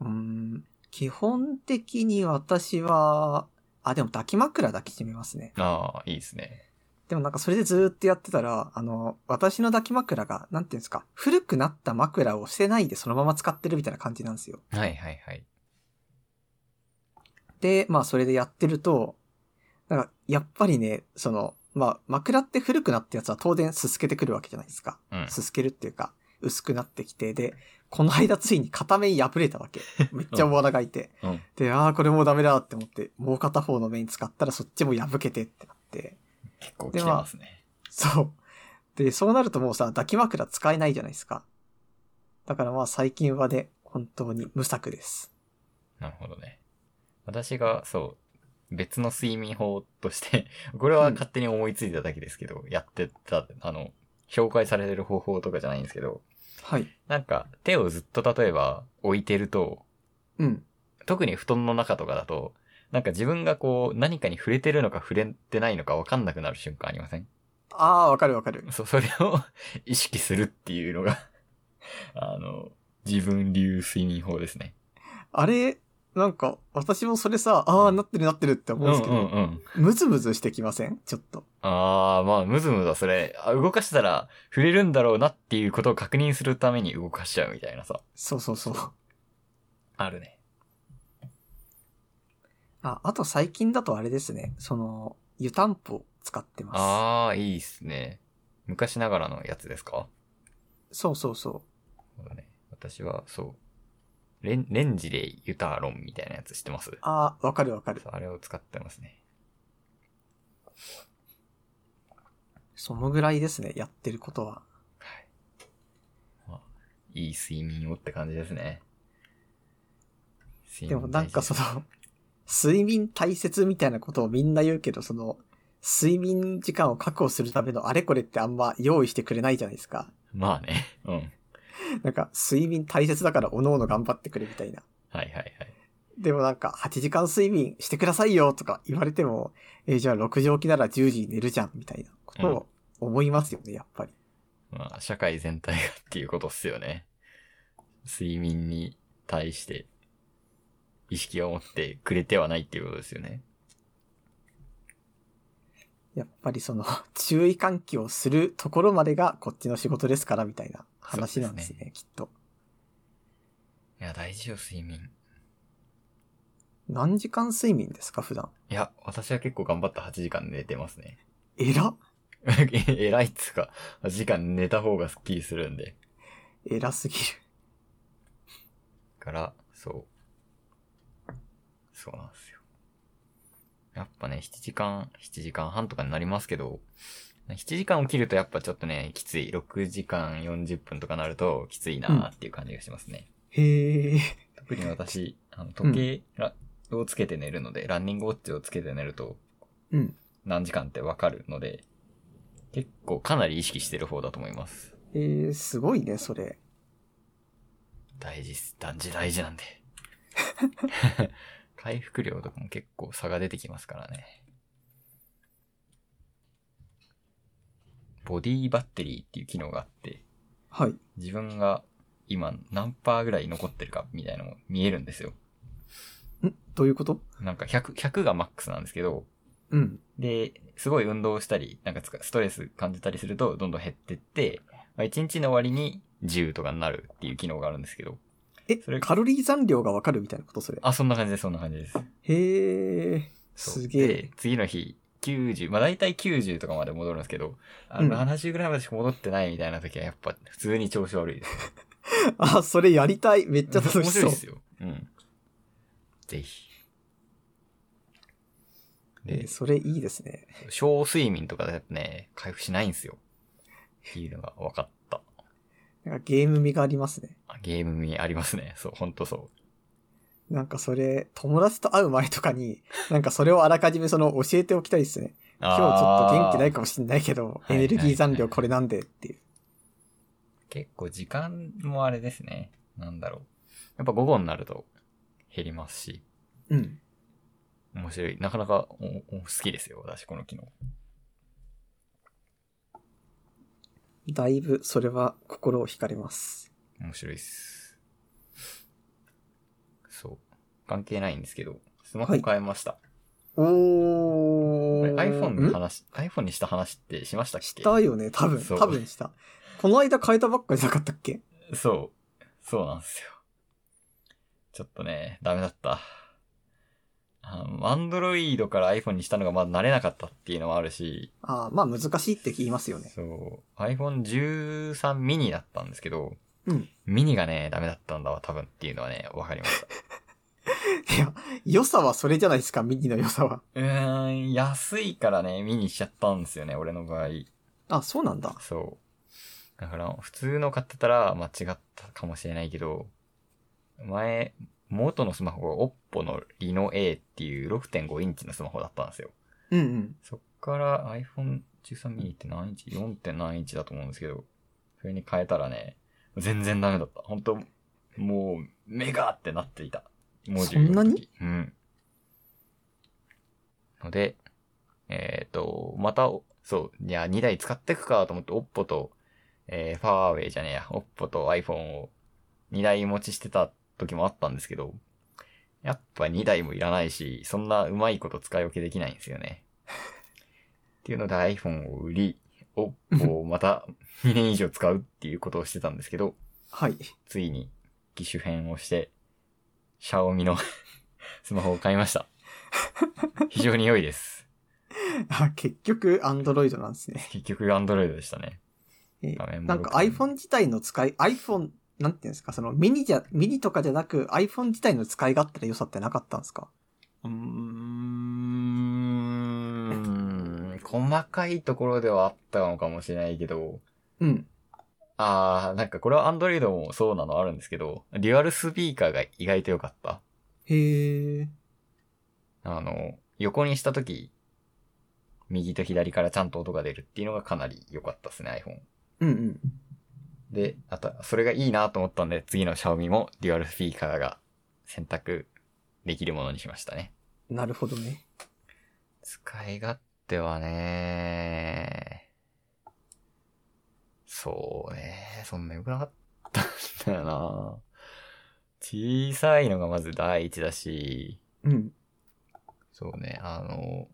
Speaker 1: うーん、基本的に私は、あ、でも抱き枕抱きしめますね。
Speaker 2: ああ、いいですね。
Speaker 1: でもなんかそれでずーっとやってたら、あの、私の抱き枕が、なんていうんですか、古くなった枕を捨てないでそのまま使ってるみたいな感じなんですよ。
Speaker 2: はいはいはい。
Speaker 1: で、まあそれでやってると、なんか、やっぱりね、その、まあ枕って古くなったやつは当然すすけてくるわけじゃないですか。
Speaker 2: うん。
Speaker 1: すすけるっていうか、薄くなってきて、で、この間ついに片面破れた わけ。めっちゃ大穴がいて。
Speaker 2: うん。
Speaker 1: で、ああ、これもうダメだって思って、もう片方の面使ったらそっちも破けてってなって。
Speaker 2: 結構来てますね。
Speaker 1: そう。で、そうなるともうさ、抱き枕使えないじゃないですか。だからまあ最近はね、本当に無策です。
Speaker 2: なるほどね。私が、そう、別の睡眠法として、 これは勝手に思いついただけですけど、やってた、あの、紹介されてる方法とかじゃないんですけど、
Speaker 1: はい。
Speaker 2: なんか、手をずっと例えば置いてると、
Speaker 1: うん。
Speaker 2: 特に布団の中とかだと、なんか自分がこう、何かに触れてるのか触れてないのかわかんなくなる瞬間ありません
Speaker 1: ああ、わかるわかる。
Speaker 2: そ、それを 意識するっていうのが、あの、自分流睡眠法ですね。
Speaker 1: あれ、なんか、私もそれさ、ああ、なってるなってるって思うんですけど、
Speaker 2: うんうんうん。
Speaker 1: ムズムズしてきませんちょっと。
Speaker 2: ああ、まあ、ムズムズはそれ、あ動かしたら触れるんだろうなっていうことを確認するために動かしちゃうみたいなさ。
Speaker 1: そうそうそう。
Speaker 2: あるね。
Speaker 1: あ、あと最近だとあれですね。その、湯たんぽ使ってま
Speaker 2: ああ、いいっすね。昔ながらのやつですか
Speaker 1: す。そうそうそ
Speaker 2: そうだね。私は、そう。レン、レンジでユタロンみたいなやつ知ってます
Speaker 1: う。ああ、わかるわかる。
Speaker 2: そうあれを使ってますね。
Speaker 1: そのぐらいですね、やってることは。
Speaker 2: はい。まあ、いい睡眠をって感じですね。睡
Speaker 1: で
Speaker 2: 眠
Speaker 1: もなんかそ
Speaker 2: 大事
Speaker 1: の、睡眠大切みたいなことをみんな言うけど、その、睡眠時間を確保するためのあれこれってあんま用意してくれないじゃないですか。
Speaker 2: まあね。うん。はい
Speaker 1: なんか、睡眠大切だからおのおの頑張ってくれみたいな。
Speaker 2: はいはい。
Speaker 1: でもなんか、8時間睡眠してくださいよとか言われても、えーじゃあ6時起きなら10時に寝るじゃんみたいなことを思いますよね、やっぱり。
Speaker 2: まあ、社会全体がっていうことっすよね。睡眠に対して意識を持ってくれてはないっていうことですよね。
Speaker 1: やっぱりその 注意喚起をするところまでがこっちの仕事ですからみたいな話なんです
Speaker 2: そう
Speaker 1: ね、
Speaker 2: です
Speaker 1: きっと。
Speaker 2: いや、大事よ、睡眠。
Speaker 1: 何時間睡眠ですか、普段。
Speaker 2: いや、私は結構頑張った8時間寝てますね。
Speaker 1: えら
Speaker 2: 偉いっつうか、8時間寝た方がスッキリするんで。
Speaker 1: えらすぎる。
Speaker 2: から、そう。そうなんですよ。やっぱね、7時間、7時間半とかになりますけど、7時間起きるとやっぱちょっとね、きつい。6時間40分とかなるときついなーっていう感じがしますね。
Speaker 1: へえ。
Speaker 2: 特に 私、あの時計らをつけて寝るので、ランニングウォッチをつけて寝ると
Speaker 1: うん。
Speaker 2: 何時間ってわかるので、結構かなり意識してる方だと思います。
Speaker 1: えー、すごいね、それ。
Speaker 2: 大事っす。断事大事なんで。 回復量とかも結構差が出てきますからね。ボディバッテリーっていう機能があって、
Speaker 1: はい。
Speaker 2: 自分が今何パーぐらい残ってるかみたいなのも見えるんですよ。
Speaker 1: んどういうこと
Speaker 2: なんか100、100がマックスなんですけど、
Speaker 1: うん。
Speaker 2: で、すごい運動したり、なんかつかストレス感じたりするとどんどん減ってって、まあ、1日の終わりに10とかになるっていう機能があるんですけど、
Speaker 1: え
Speaker 2: それ、
Speaker 1: カロリー残量がわかるみたいなことそれ。
Speaker 2: あ、そんな感じです、そんな感じです。
Speaker 1: へえ、
Speaker 2: そう
Speaker 1: すげえ
Speaker 2: で。、次の日、90、まあ大体90とかまで戻るんですけど、あの、
Speaker 1: うん
Speaker 2: 70ぐらいまでしか戻ってないみたいな時はやっぱ普通に調子悪いです。
Speaker 1: あ、それやりたい。め っちゃ楽
Speaker 2: 面
Speaker 1: しそ
Speaker 2: 白いうで。すよ。うん。ぜひ。
Speaker 1: え
Speaker 2: で、
Speaker 1: それいいですね。
Speaker 2: 小睡眠とかだとね、回復しないんですよ。っていうのが分かった。
Speaker 1: なんかゲーム味がありますね。
Speaker 2: あゲーム味ありますね。そう、ほんとそう。
Speaker 1: なんかそれ、友達と会う前とかに、なんかそれをあらかじめその教えておきたいですね。今日ちょっと元気ないかもしんないけど、
Speaker 2: あー
Speaker 1: エネルギー残量これなんでっていう。
Speaker 2: 結構時間もあれですね。なんだろう。やっぱ午後になると減りますし、
Speaker 1: うん。
Speaker 2: 面白い。なかなかおお好きですよ、私、この機能。
Speaker 1: だいぶそれは心を惹かれます。
Speaker 2: 面白いっす。そう。関係ないんですけど、スマホ変えました。
Speaker 1: お
Speaker 2: これ
Speaker 1: ー。
Speaker 2: iPhone の
Speaker 1: ん
Speaker 2: 話、iPhone にした話ってしましたっけ
Speaker 1: したよね、多分。
Speaker 2: そう
Speaker 1: 多分した。この間変えたばっかじゃなかったっけ
Speaker 2: そう。そうなんですよ。ちょっとね、ダメだった。あの、Android から iPhone にしたのがまだ慣れなかったっていうのもあるし、
Speaker 1: ああ、まあ難しいって言いますよね。
Speaker 2: そう。iPhone13 mini だったんですけど、
Speaker 1: うん
Speaker 2: ミニがね、ダメだったんだわ、多分っていうのはね、わかりました。
Speaker 1: いや、良さはそれじゃないですか、ミニの良さは。
Speaker 2: うーん、安いからね、ミニしちゃったんですよね、俺の場合。
Speaker 1: あ、そうなんだ。
Speaker 2: そう。だから、普通の買ってたら間違ったかもしれないけど、前、元のスマホが Oppo の Reno A っていう6.5インチのスマホだったんですよ。
Speaker 1: うんうん。
Speaker 2: そっから iPhone 13 mini って何インチ ?4.7 インチだと思うんですけど、それに変えたらね、全然ダメだった。本当もう、メガってなっていた。文字を読む
Speaker 1: そんな
Speaker 2: 時うん。ので、えっ、と、また、そう、いや、2台使っていくかと思って、Oppo と、えー、ファーウェイじゃねえや、Oppo と iPhone を2台持ちしてた時もあったんですけど、やっぱ2台もいらないし、そんなうまいこと使い分けできないんですよね。っていうので iPhone を売り、Oppo をまた2年以上使うっていうことをしてたんですけど、
Speaker 1: はい。
Speaker 2: ついに機種変をして、シャオミの スマホを買いました。非常に良いです。
Speaker 1: あ結局、アンドロイドなんですね。
Speaker 2: 結局 Android でしたね。
Speaker 1: え
Speaker 2: 画面も
Speaker 1: なんか
Speaker 2: 録画
Speaker 1: iPhone 自体の使い、iPhone、なんていうんですか、そのミニじゃ、ミニとかじゃなく iPhone 自体の使い勝手の良さってなかったんですか
Speaker 2: うーん、細かいところではあったのかもしれないけど、
Speaker 1: うん。
Speaker 2: あー、なんかこれは Android もそうなのあるんですけど、デュアルスピーカーが意外と良かった。
Speaker 1: へえ。
Speaker 2: あの、横にしたとき、右と左からちゃんと音が出るっていうのがかなり良かったですね、iPhone。
Speaker 1: うんうん。
Speaker 2: で、あと、それがいいなと思ったんで、次の Xiaomi もデュアルスピーカーが選択できるものにしましたね。
Speaker 1: なるほどね。
Speaker 2: 使い勝手はね、そうね、そんな良くなかったんだよな。小さいのがまず第一だし、
Speaker 1: うん。
Speaker 2: そうね、あの、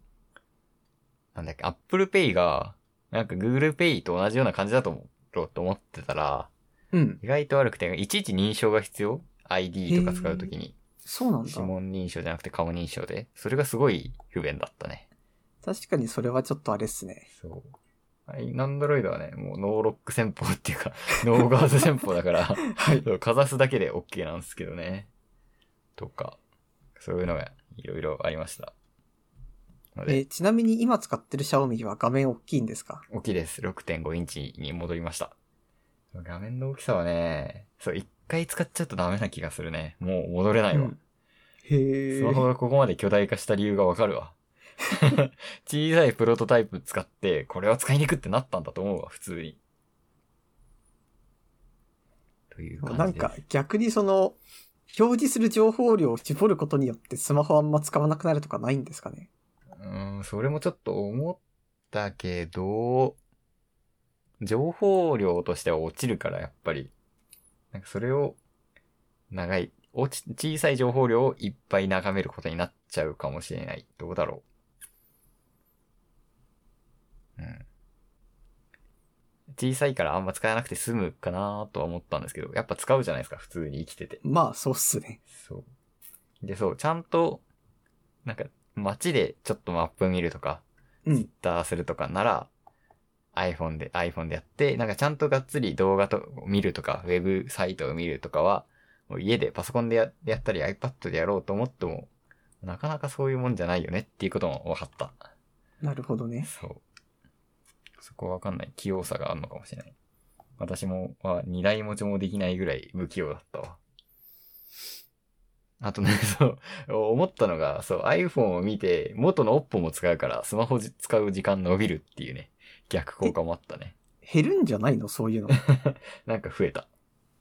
Speaker 2: なんだっけ、Apple Pay が、なんか Google Pay と同じような感じだと思ろうと思ってたら、
Speaker 1: うん。
Speaker 2: 意外と悪くて、いちいち認証が必要 ?ID とか使うときに。
Speaker 1: そうなん
Speaker 2: 指
Speaker 1: だ。
Speaker 2: 紋認証じゃなくて顔認証で。それがすごい不便だったね。
Speaker 1: 確かにそれはちょっとあれっすね。
Speaker 2: そう。はい、アンドロイドはね、もうノーロック戦法っていうか、 ノーガード戦法だから、
Speaker 1: はい。
Speaker 2: そうかざすだけで OK なんですけどね。とか、そういうのがいろいろありました。の
Speaker 1: え
Speaker 2: で、
Speaker 1: ーちなみに今使ってるシャオミは画面大きいんですか
Speaker 2: 大きいです。6.5インチに戻りました。画面の大きさはね、そう、一回使っちゃうとダメな気がするね。もう戻れないわ。
Speaker 1: うんへえ。
Speaker 2: スマホがここまで巨大化した理由がわかるわ。 小さいプロトタイプ使って、これは使いにくってなったんだと思うわ、普通に。という感じで
Speaker 1: な
Speaker 2: す
Speaker 1: んか逆にその、表示する情報量を絞ることによってスマホあんま使わなくなるとかないんですかね
Speaker 2: うーん、それもちょっと思ったけど、情報量としては落ちるから、やっぱり。なんかそれを、長い、落ち、小さい情報量をいっぱい眺めることになっちゃうかもしれない。どうだろう。うん。小さいからあんま使えなくて済むかなとは思ったんですけど、やっぱ使うじゃないですか、普通に生きてて。
Speaker 1: まあ、そうっすね。
Speaker 2: そう。で、そう、ちゃんと、なんか、街でちょっとマップ見るとか、
Speaker 1: うん
Speaker 2: ツイッターするとかなら、iPhone で、iPhone でやって、なんかちゃんとがっつり動画と見るとか、ウェブサイトを見るとかは、もう家でパソコンでややったり iPad でやろうと思っても、なかなかそういうもんじゃないよねっていうことも分かった。
Speaker 1: なるほどね。
Speaker 2: そう。そこは分かんない。器用さがあるのかもしれない。私も、は、二台持ちもできないぐらい不器用だったわ。あとね、 そう、思ったのが、そう、iPhone を見て、元の Oppo も使うから、スマホじ使う時間伸びるっていうね、逆効果もあったね。
Speaker 1: 減るんじゃないのそういうの。
Speaker 2: なんか増えた。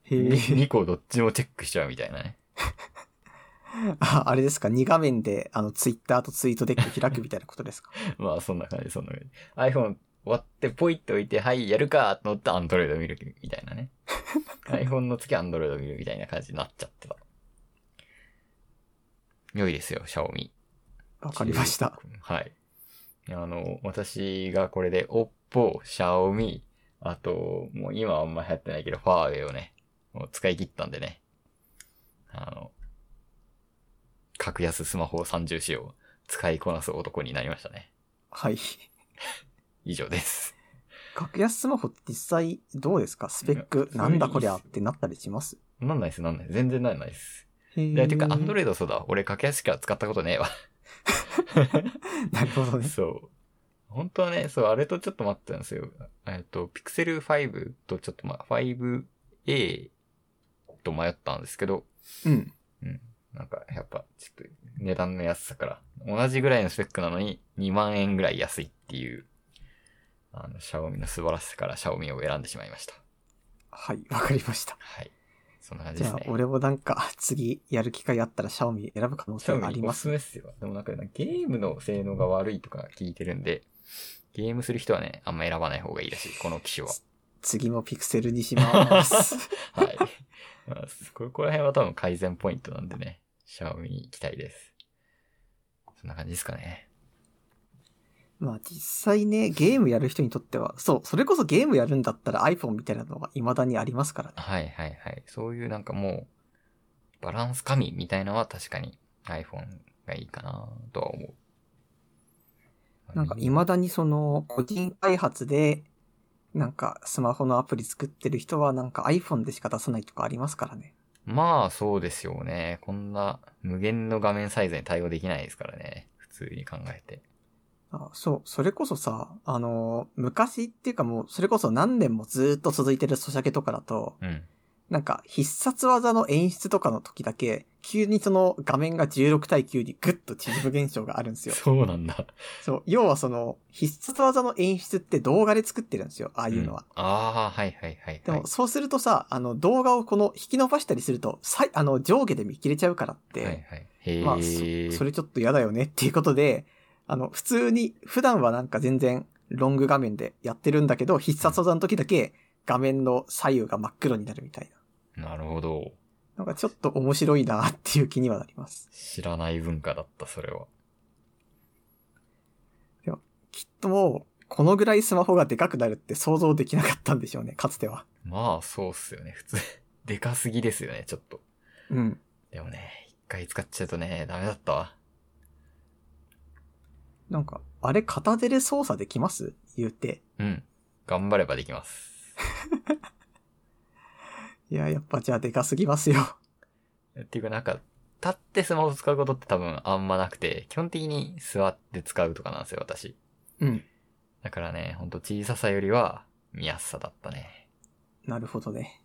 Speaker 1: へ
Speaker 2: に
Speaker 1: え。
Speaker 2: 2個どっちもチェックしちゃうみたいなね。
Speaker 1: あ、あれですか ?2 画面で、あの、ツイッターとツイートデッキ開くみたいなことですか
Speaker 2: まあ、そんな感じ、そんな感じ。iPhone 終わって、ポイって置いて、はい、やるかと思ったら Android を見るみたい なね。iPhone の次 Android を見るみたいな感じになっちゃってた。良いですよ、Xiaomi。
Speaker 1: わかりました。。
Speaker 2: はい。あの、私がこれで、Oppo、Xiaomi、あと、もう今はあんま流行ってないけど、ファーウェイをね、もう使い切ったんでね。あの、格安スマホ30種を使いこなす男になりましたね。
Speaker 1: はい。
Speaker 2: 以上です。
Speaker 1: 格安スマホって実際どうですかスペック
Speaker 2: い、や
Speaker 1: なんだこりゃ
Speaker 2: 普通にいいっす
Speaker 1: っ
Speaker 2: よ
Speaker 1: てなったりします
Speaker 2: なんないっす、なんない。全然なんないっす。
Speaker 1: へえ。
Speaker 2: いや、てか、アンドロイドそうだ。俺、駆け足しか使ったことねえわ。
Speaker 1: なるほどね。
Speaker 2: そう。本当はね、そう、あれとちょっと待ってたんですよ。えっと、ピクセル5とちょっとま、5A と迷ったんですけど、
Speaker 1: うん。
Speaker 2: うん。なんか、やっぱ、ちょっと、値段の安さから、同じぐらいのスペックなのに、2万円ぐらい安いっていう、あの、シャオミの素晴らしさからシャオミを選んでしまいました。
Speaker 1: はい、わかりました。
Speaker 2: はい。そんな感じ
Speaker 1: じ
Speaker 2: です
Speaker 1: ゃあ
Speaker 2: ね、。
Speaker 1: 俺もなんか、次やる機会あったら、シャオミ選ぶ可能
Speaker 2: シャ
Speaker 1: 性
Speaker 2: オ
Speaker 1: があり
Speaker 2: ミお
Speaker 1: ますす。
Speaker 2: すめっすよ。でもなんかゲームの性能が悪いとか聞いてるんで、ゲームする人はね、あんま選ばない方がいいらしい、この機 種は。
Speaker 1: 次もピクセルにし ます。
Speaker 2: はい。まあ、ここら辺は多分改善ポイントなんでね、シャオミに行きたいです。そんな感じですかね。
Speaker 1: まあ実際ね、ゲームやる人にとっては、そう、それこそゲームやるんだったら iPhone みたいなのが未だにありますからね。
Speaker 2: はいはいはい。そういうなんかもう、バランス神みたいなのは確かに iPhone がいいかなとは思う。
Speaker 1: なんか未だにその、個人開発で、なんかスマホのアプリ作ってる人はなんか iPhone でしか出さないとかありますからね。
Speaker 2: まあそうですよね。こんな無限の画面サイズに対応できないですからね。普通に考えて。
Speaker 1: あそう、それこそさ、あの、昔っていうかもう、それこそ何年もずっと続いてるソシャゲとかだと、
Speaker 2: うん。
Speaker 1: なんか必殺技の演出とかの時だけ、急にその画面が16対9にグッと縮む現象があるん ですよ。
Speaker 2: そうなんだ。
Speaker 1: そう、要はその、必殺技の演出って動画で作ってるんですよ、ああいうのは。
Speaker 2: んああ、はいはいはい、
Speaker 1: で
Speaker 2: はい
Speaker 1: も、。そうするとさ、あの、動画をこの、引き伸ばしたりすると、さい、あの、上下で見切れちゃうからっ
Speaker 2: はいは
Speaker 1: て、
Speaker 2: い。へえ、
Speaker 1: まあそ、それちょっと嫌だよねっていうことで、あの、普通に、普段はなんか全然、ロング画面でやってるんだけど、必殺技の時だけ、画面の左右が真っ黒になるみたいな。
Speaker 2: なるほど。
Speaker 1: なんかちょっと面白いなっていう気にはなります。
Speaker 2: 知らない文化だった、それは。
Speaker 1: きっともう、このぐらいスマホがでかくなるって想像できなかったんでしょうね、かつては。
Speaker 2: まあ、そうっすよね。普通。 でかすぎですよね、ちょっと。
Speaker 1: うん。
Speaker 2: でもね、一回使っちゃうとね、ダメだったわ。
Speaker 1: なんか、あれ片手で操作できます言うて。
Speaker 2: うん。頑張ればできます。
Speaker 1: いや、やっぱじゃあでかすぎますよ。
Speaker 2: っていうかなんか、立ってスマホ使うことって多分あんまなくて、基本的に座って使うとかなんですよ、私。
Speaker 1: うん。
Speaker 2: だからね、ほんと小ささよりは見やすさだったね。
Speaker 1: なるほどね。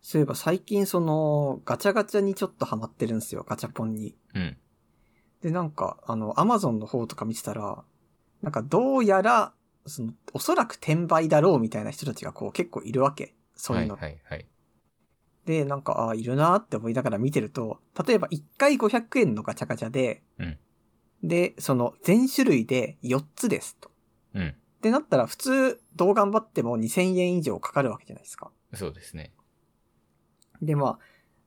Speaker 1: そういえば最近その、ガチャガチャにちょっとハマってるんですよ、ガチャポンに。
Speaker 2: うん。
Speaker 1: で、なんか、あの、アマゾンの方とか見てたら、なんかどうやら、その、おそらく転売だろうみたいな人たちがこう結構いるわけ。そういうの。
Speaker 2: はいはいはい。
Speaker 1: で、なんか、ああ、いるなーって思いながら見てると、例えば1回500円のガチャガチャで、
Speaker 2: うん
Speaker 1: で、その、全種類で4つですと。
Speaker 2: うん。
Speaker 1: ってなったら普通どう頑張っても2000円以上かかるわけじゃないですか。
Speaker 2: そうですね。
Speaker 1: で、ま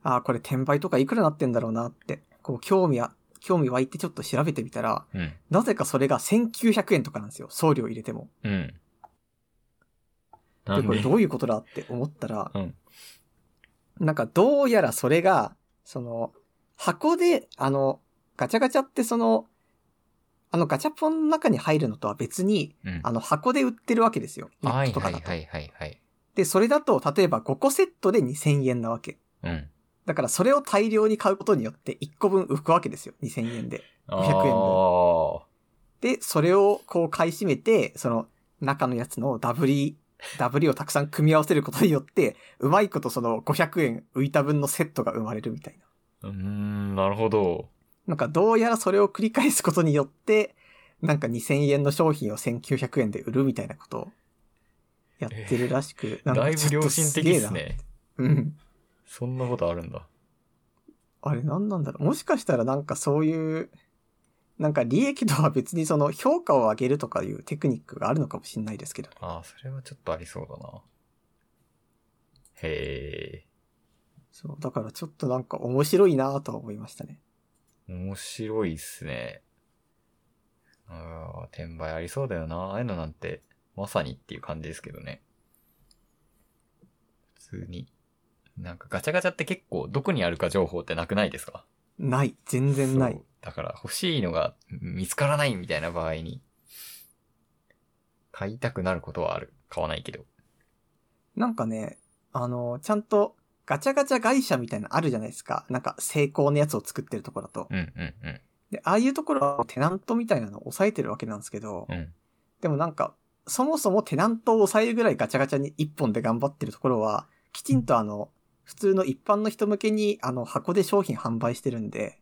Speaker 1: あ、ああー、これ転売とかいくらなってんだろうなって、こう興味は、興味湧いてちょっと調べてみたら、
Speaker 2: うん。
Speaker 1: なぜかそれが1900円とかなんですよ。送料入れても。
Speaker 2: うん。な
Speaker 1: で、
Speaker 2: ん
Speaker 1: これ
Speaker 2: で
Speaker 1: どういうことだって思ったら、
Speaker 2: うん
Speaker 1: なんかどうやらそれが、その、箱で、あの、ガチャガチャってその、あのガチャポンの中に入るのとは別に、
Speaker 2: うん
Speaker 1: あの箱で売ってるわけですよ。ネ
Speaker 2: は
Speaker 1: ッ
Speaker 2: い
Speaker 1: トとか
Speaker 2: はい
Speaker 1: だと。
Speaker 2: はいはいはい。
Speaker 1: で、それだと、例えば5個セットで2000円なわけ。
Speaker 2: うん。
Speaker 1: だからそれを大量に買うことによって1個分浮くわけですよ。2000円で。
Speaker 2: あ
Speaker 1: 円分
Speaker 2: ー
Speaker 1: で、それをこう買い占めて、その中のやつのダブリ、ダブリをたくさん組み合わせることによって、うまいことその500円浮いた分のセットが生まれるみたいな。
Speaker 2: うーん、なるほど。
Speaker 1: なんかどうやらそれを繰り返すことによって、なんか2000円の商品を1900円で売るみたいなことをやってるらしく。なん
Speaker 2: だ
Speaker 1: か
Speaker 2: い
Speaker 1: ちょ
Speaker 2: ぶ
Speaker 1: っと
Speaker 2: 良心的です
Speaker 1: げえ
Speaker 2: ね。
Speaker 1: な。うん。
Speaker 2: そんなことあるんだ。
Speaker 1: あれ何なんだろう。もしかしたらなんかそういう、なんか利益とは別にその評価を上げるとかいうテクニックがあるのかもしれないですけど。
Speaker 2: ああ、それはちょっとありそうだな。へ
Speaker 1: そう、だからちょっとなんか面白いなぁとは思いましたね。
Speaker 2: え、面白いっすね。ああ、転売ありそうだよな。ああいうのなんて、まさにっていう感じですけどね。普通に。なんかガチャガチャって結構どこにあるか情報ってなくないですか
Speaker 1: ない。全然な
Speaker 2: そ。。
Speaker 1: いう
Speaker 2: だから欲しいのが見つからないみたいな場合に、買いたくなることはある。買わないけど。
Speaker 1: なんかね、あの、ちゃんとガチャガチャ会社みたいなのあるじゃないですか。なんか成功のやつを作ってるところだと。
Speaker 2: うんうんうん。
Speaker 1: で、ああいうところはテナントみたいなのを抑えてるわけなんですけど、
Speaker 2: うん。
Speaker 1: でもなんか、そもそもテナントを抑えるぐらいガチャガチャに一本で頑張ってるところは、きちんとあの、普通の一般の人向けにあの箱で商品販売してるんで、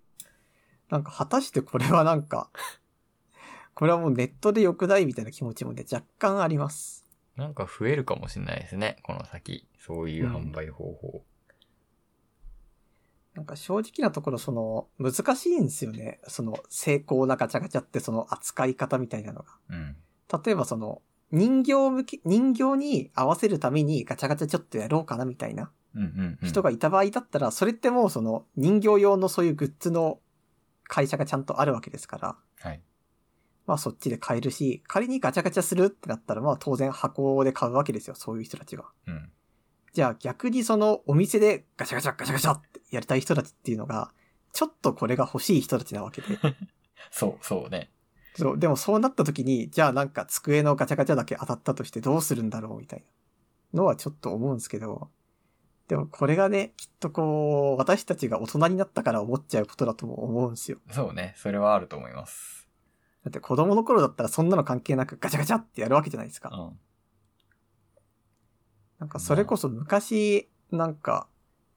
Speaker 1: なんか果たしてこれはなん か、これはもうネットで良くないみたいな気持ちもね、若干あります。
Speaker 2: なんか増えるかもしれないですね。この先。そういう販売方法。
Speaker 1: なんか正直なところその、難しいんですよね。その、成功なガチャガチャってその扱い方みたいなのが。
Speaker 2: うん。
Speaker 1: 例えばその、人形向き、人形に合わせるためにガチャガチャちょっとやろうかなみたいな
Speaker 2: うんうん、うん。
Speaker 1: 人がいた場合だったら、それってもうその人形用のそういうグッズの会社がちゃんとあるわけですから、
Speaker 2: はい。
Speaker 1: まあそっちで買えるし、仮にガチャガチャするってなったら、まあ当然箱で買うわけですよ、そういう人たちが。
Speaker 2: うん。
Speaker 1: じゃあ逆にそのお店でガチャガチャガチャガチャってやりたい人たちっていうのが、ちょっとこれが欲しい人たちなわけで。
Speaker 2: そう、そうね。
Speaker 1: そう、でもそうなった時に、じゃあなんか机のガチャガチャだけ当たったとしてどうするんだろうみたいなのはちょっと思うんですけど、でもこれがね、きっとこう、私たちが大人になったから思っちゃうことだとも思うんですよ。
Speaker 2: そうね。それはあると思います。
Speaker 1: だって子供の頃だったらそんなの関係なくガチャガチャってやるわけじゃないです
Speaker 2: う
Speaker 1: か。
Speaker 2: ん。
Speaker 1: なんかそれこそ昔、なんか、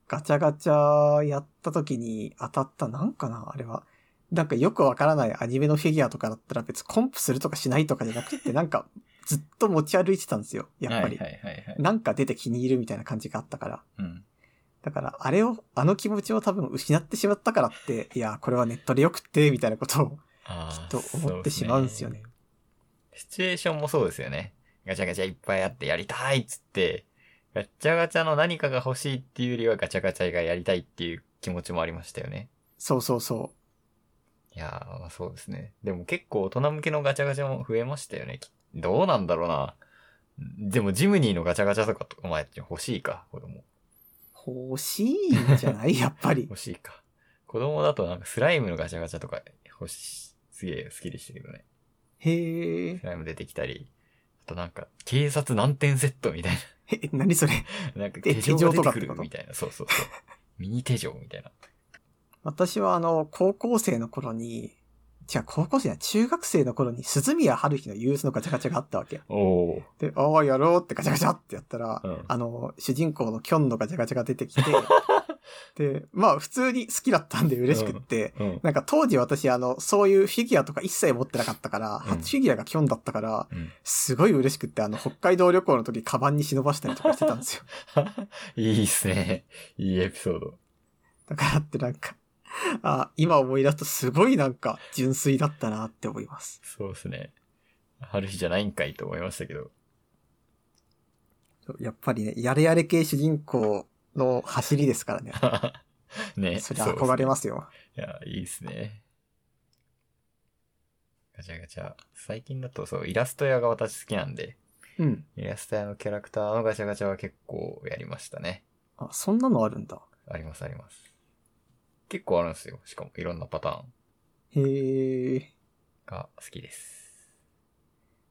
Speaker 1: ガチャガチャやった時に当たったなんかなあれは。なんかよくわからないアニメのフィギュアとかだったら別にコンプするとかしないとかじゃなくて、なんかずっと持ち歩いてたんですよ。やっぱり
Speaker 2: は。いはいはいはい。
Speaker 1: なんか出て気に入るみたいな感じがあったから。
Speaker 2: うん。
Speaker 1: だから、あれを、あの気持ちを多分失ってしまったからって、いや、これはネットでよくって、みたいなことをき
Speaker 2: あ
Speaker 1: っ
Speaker 2: ー
Speaker 1: と思ってしまうんですよね。。
Speaker 2: そうシチュエーションもそうですよね。ガチャガチャいっぱいあってやりたいっつって、ガチャガチャの何かが欲しいっていうよりはガチャガチャがやりたいっていう気持ちもありましたよね。
Speaker 1: そうそうそ
Speaker 2: いやー、まあそうですね。でも結構大人向けのガチャガチャも増えましたよね。きどうなんだろうな。でもジムニーのガチャガチャとかと、お前欲しいか、子供。
Speaker 1: う。欲しいんじゃない やっぱり。
Speaker 2: 欲しいか。子供だとなんかスライムのガチャガチャとか欲しい。すげえ好きでしたけどね。
Speaker 1: へえ
Speaker 2: ス。ライム出てきたり。あとなんか、警察何点セットみたい
Speaker 1: え、何それ。
Speaker 2: な。なんか
Speaker 1: え
Speaker 2: 手錠が出てく
Speaker 1: 手錠とかってこ
Speaker 2: る
Speaker 1: と
Speaker 2: みたいな。そうそうそう。 ミニ手錠みたいな。
Speaker 1: 私はあの、高校生の頃に、違う、高校生や中学生の頃に、鈴宮春日の憂鬱のガチャガチャがあったわけ。
Speaker 2: おー。
Speaker 1: で、ああ、やろうってガチャガチャってやったら、
Speaker 2: うん
Speaker 1: あの、主人公のキョンのガチャガチャが出て きて、で、まあ普通に好きだったんで嬉しくって、
Speaker 2: うん。
Speaker 1: なんか当時私あの、そういうフィギュアとか一切持ってなかったから、
Speaker 2: うん
Speaker 1: 初フィギュアがキョンだったから、
Speaker 2: うん、
Speaker 1: すごい嬉しくって、あの、北海道旅行の時、カバンに忍ばしたりとかしてたんですよ。
Speaker 2: いいっすね。いいエピソード。
Speaker 1: だからってなんか、あ今思い出すとすごいなんか、純粋だったなって思います。
Speaker 2: そうですね。春日じゃないんかいと思いましたけど。
Speaker 1: やっぱりね、やれやれ系主人公の走りですからね。
Speaker 2: ね。
Speaker 1: それ憧れ
Speaker 2: ま
Speaker 1: ますよ。
Speaker 2: す。いや、いいっすね。ガチャガチャ。最近だとそう、イラスト屋が私好きなんで、
Speaker 1: うん。
Speaker 2: イラスト屋のキャラクターのガチャガチャは結構やりましたね。
Speaker 1: あ、そんなのあるんだ。
Speaker 2: ありますあります。結構あるんですよ。しかもいろんなパターン
Speaker 1: へえ。
Speaker 2: が好きです。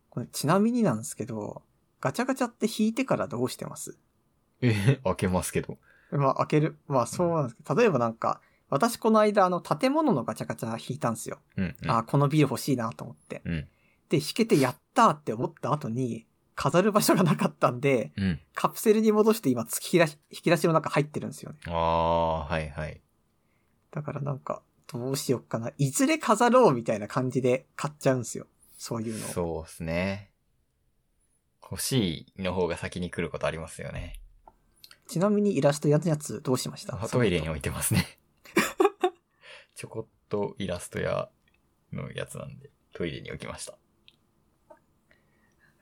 Speaker 1: これちなみになんですけど、ガチャガチャって引いてからどうしてます
Speaker 2: え開けますけど。
Speaker 1: まあ開ける。まあそうなんですけど、例えばなんか、私この間あの建物のガチャガチャ引いたんですよ。
Speaker 2: うん、うん。
Speaker 1: あ、このビール欲しいなと思って。
Speaker 2: うん。
Speaker 1: で、引けてやったーって思った後に、飾る場所がなかったんで、
Speaker 2: うん。
Speaker 1: カプセルに戻して今、突き出し、引き出しの中入ってるんですよね。
Speaker 2: ああ、はいはい。
Speaker 1: だからなんか、どうしよっかな。いずれ飾ろうみたいな感じで買っちゃうんですよ。そういうのを。
Speaker 2: そうですね。欲しいの方が先に来ることありますよね。
Speaker 1: ちなみにイラストやつやつどうしました
Speaker 2: トイレに置いてますね。 ちょこっとイラスト屋のやつなんで、トイレに置きました。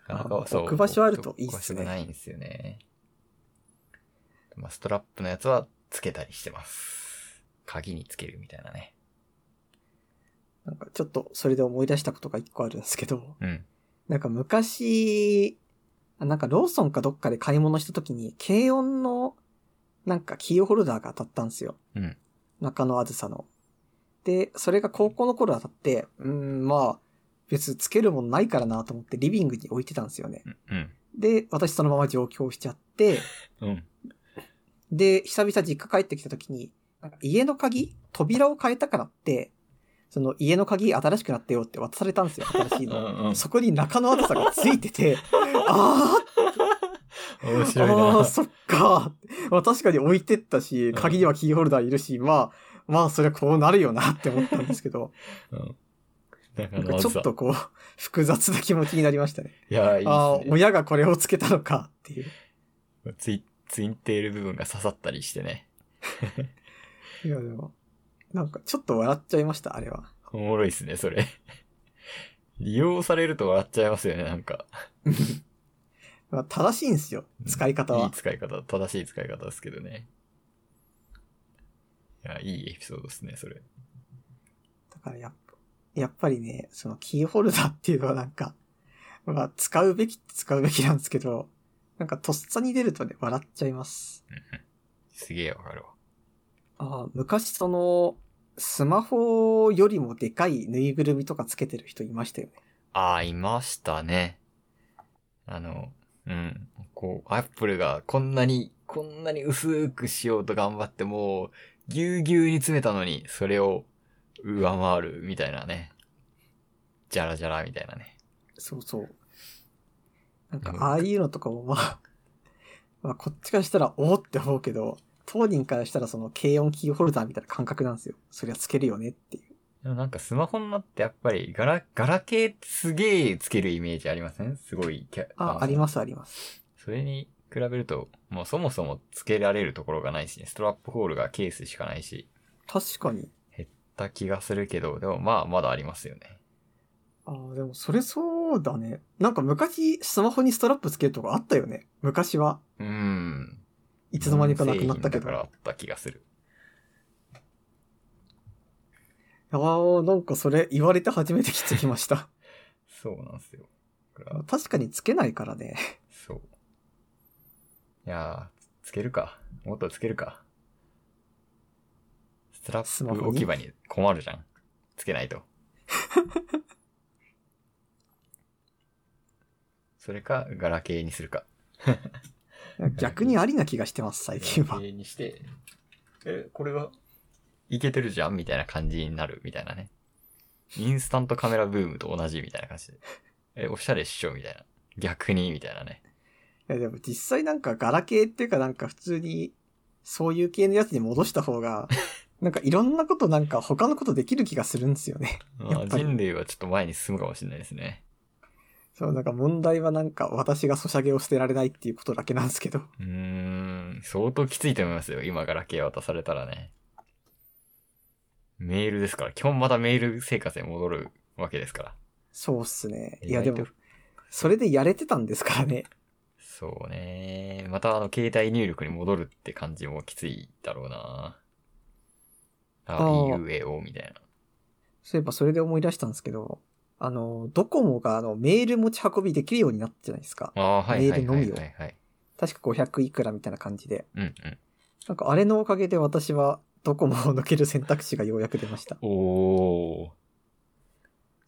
Speaker 2: なかな
Speaker 1: あ
Speaker 2: かそう。
Speaker 1: 置く場所あるといいっすね
Speaker 2: 置く場所がないんですよね。まあ、ストラップのやつはつけたりしてます。鍵につけるみたいなね。
Speaker 1: なんかちょっとそれで思い出したことが一個あるんですけど、
Speaker 2: うん。
Speaker 1: なんか昔、なんかローソンかどっかで買い物した時に、軽音のなんかキーホルダーが当たったんですよ。
Speaker 2: うん。
Speaker 1: 中野あずさの。で、それが高校の頃当たって、うーん、まあ、別につけるもんないからなと思ってリビングに置いてたんですよね。
Speaker 2: うん。
Speaker 1: で、私そのまま上京しちゃって、
Speaker 2: うん。
Speaker 1: で、久々実家帰ってきた時に、なんか家の鍵扉を変えたからって、その家の鍵新しくなったよって渡されたんですよ、新しいの。
Speaker 2: うんうん
Speaker 1: そこに中野あずさがついて て、あー
Speaker 2: 面白い
Speaker 1: あー、
Speaker 2: な。
Speaker 1: そっか。まあ確かに置いてったし、
Speaker 2: ん
Speaker 1: 鍵にはキーホルダーいるし、まあ、まあそりゃこうなるよなって思ったんですけど、
Speaker 2: うん。だか
Speaker 1: なん
Speaker 2: ら
Speaker 1: かちょっとこう、複雑な気持ちになりましたね。
Speaker 2: いや、いい
Speaker 1: ああ
Speaker 2: で
Speaker 1: ー、
Speaker 2: すね。
Speaker 1: 親がこれをつけたのかっていう。
Speaker 2: ツイ、ツインテール部分が刺さったりしてね。
Speaker 1: いやでも、なんかちょっと笑っちゃいました、あれは。
Speaker 2: おもろいっすね、それ。 利用されると笑っちゃいますよね、なんか。
Speaker 1: まあ正しいんですよ、使い方
Speaker 2: いい
Speaker 1: は。
Speaker 2: 使い方、正しい使い方ですけどね。いや、いいエピソードですね、それ。
Speaker 1: だからやっぱ、やっぱりね、そのキーホルダーっていうのはなんか、 まあ使うべきって使うべきなんですけど、なんかとっさに出るとね、笑っちゃいます。
Speaker 2: すげえわかるわ。
Speaker 1: ああ、昔その、スマホよりもでかいぬいぐるみとかつけてる人いましたよね。
Speaker 2: ああ、いましたね。あの、うん。こう、アップルがこんなに、こんなに薄くしようと頑張って、もう、ぎゅうぎゅうに詰めたのに、それを上回るみたいなね。じゃらじゃらみたいなね。
Speaker 1: そうそう。なんか
Speaker 2: う、ん
Speaker 1: ああいうのとかもまあ、 まあこっちからしたら、おおって思うけど、当人からしたらその軽音キーホルダーみたいな感覚なんですよ。そりゃつけるよねっていう。
Speaker 2: でもなんかスマホになってやっぱりガラ、ガラケーってすげえつけるイメージありませんすごいキャ。
Speaker 1: あ、ありますあります。
Speaker 2: す。それに比べると、もうそもそもつけられるところがないしね、ストラップホールがケースしかないし、
Speaker 1: 確かに。
Speaker 2: 減った気がするけど、でもまあまだありますよね。
Speaker 1: ああ、でもそれそうだね。なんか昔スマホにストラップつけるとかあったよね。昔は。
Speaker 2: うーん。
Speaker 1: い
Speaker 2: い
Speaker 1: つの間にかなくなったけど。
Speaker 2: だからあった気がする。
Speaker 1: ああ、なんかそれ言われて初めて気づきました。
Speaker 2: そうなんですよ。だから
Speaker 1: あ確かにつけないから ね。
Speaker 2: そう。いやー、つけるか。もっとつけるか。ストラ
Speaker 1: スマ
Speaker 2: ッ
Speaker 1: ホ
Speaker 2: プ
Speaker 1: に
Speaker 2: 置き場に困るじゃん。つけない と。それか、ガラケーにするか。
Speaker 1: 逆にありな気がしてます、最近
Speaker 2: ガラ
Speaker 1: は
Speaker 2: ケ。ーにして、え、これはいけてるじゃんみたいな感じになるみたいなね。インスタントカメラブームと同じみたいな感じで。え、おしゃれっしょみたいな。逆にみたいなね。
Speaker 1: いやでも実際なんかガラケーっていうかなんか普通にそういう系のやつに戻した方 が、なんかいろんなことなんか他のことできる気がするんですよね。や
Speaker 2: まあ
Speaker 1: っぱり
Speaker 2: 人類はちょっと前に進むかもしれないですね。
Speaker 1: そうなんか問題はなんか私がソシャゲを捨てられないっていうことだけなんですけど。
Speaker 2: うーん、相当きついと思いますよ。今ガラケー渡されたらね。メールですから、基本またメール生活に戻るわけですから。
Speaker 1: そうっすね。い
Speaker 2: 意
Speaker 1: や
Speaker 2: 外と
Speaker 1: でも、それでやれてたんですからね。
Speaker 2: そうね。またあの、携帯入力に戻るって感じもきついだろうな。あ、
Speaker 1: あー
Speaker 2: EUAO みたいな。
Speaker 1: そういえばそれで思い出したんですけど、あの、ドコモがあの、メール持ち運びできるようになったじゃないですか。
Speaker 2: ああ、はいはいはい
Speaker 1: メールのみを
Speaker 2: はいはい。
Speaker 1: 確か500いくらみたいな感じで。
Speaker 2: うんうん。
Speaker 1: なんかあれのおかげで私はドコモを抜ける選択肢がようやく出ました。
Speaker 2: おお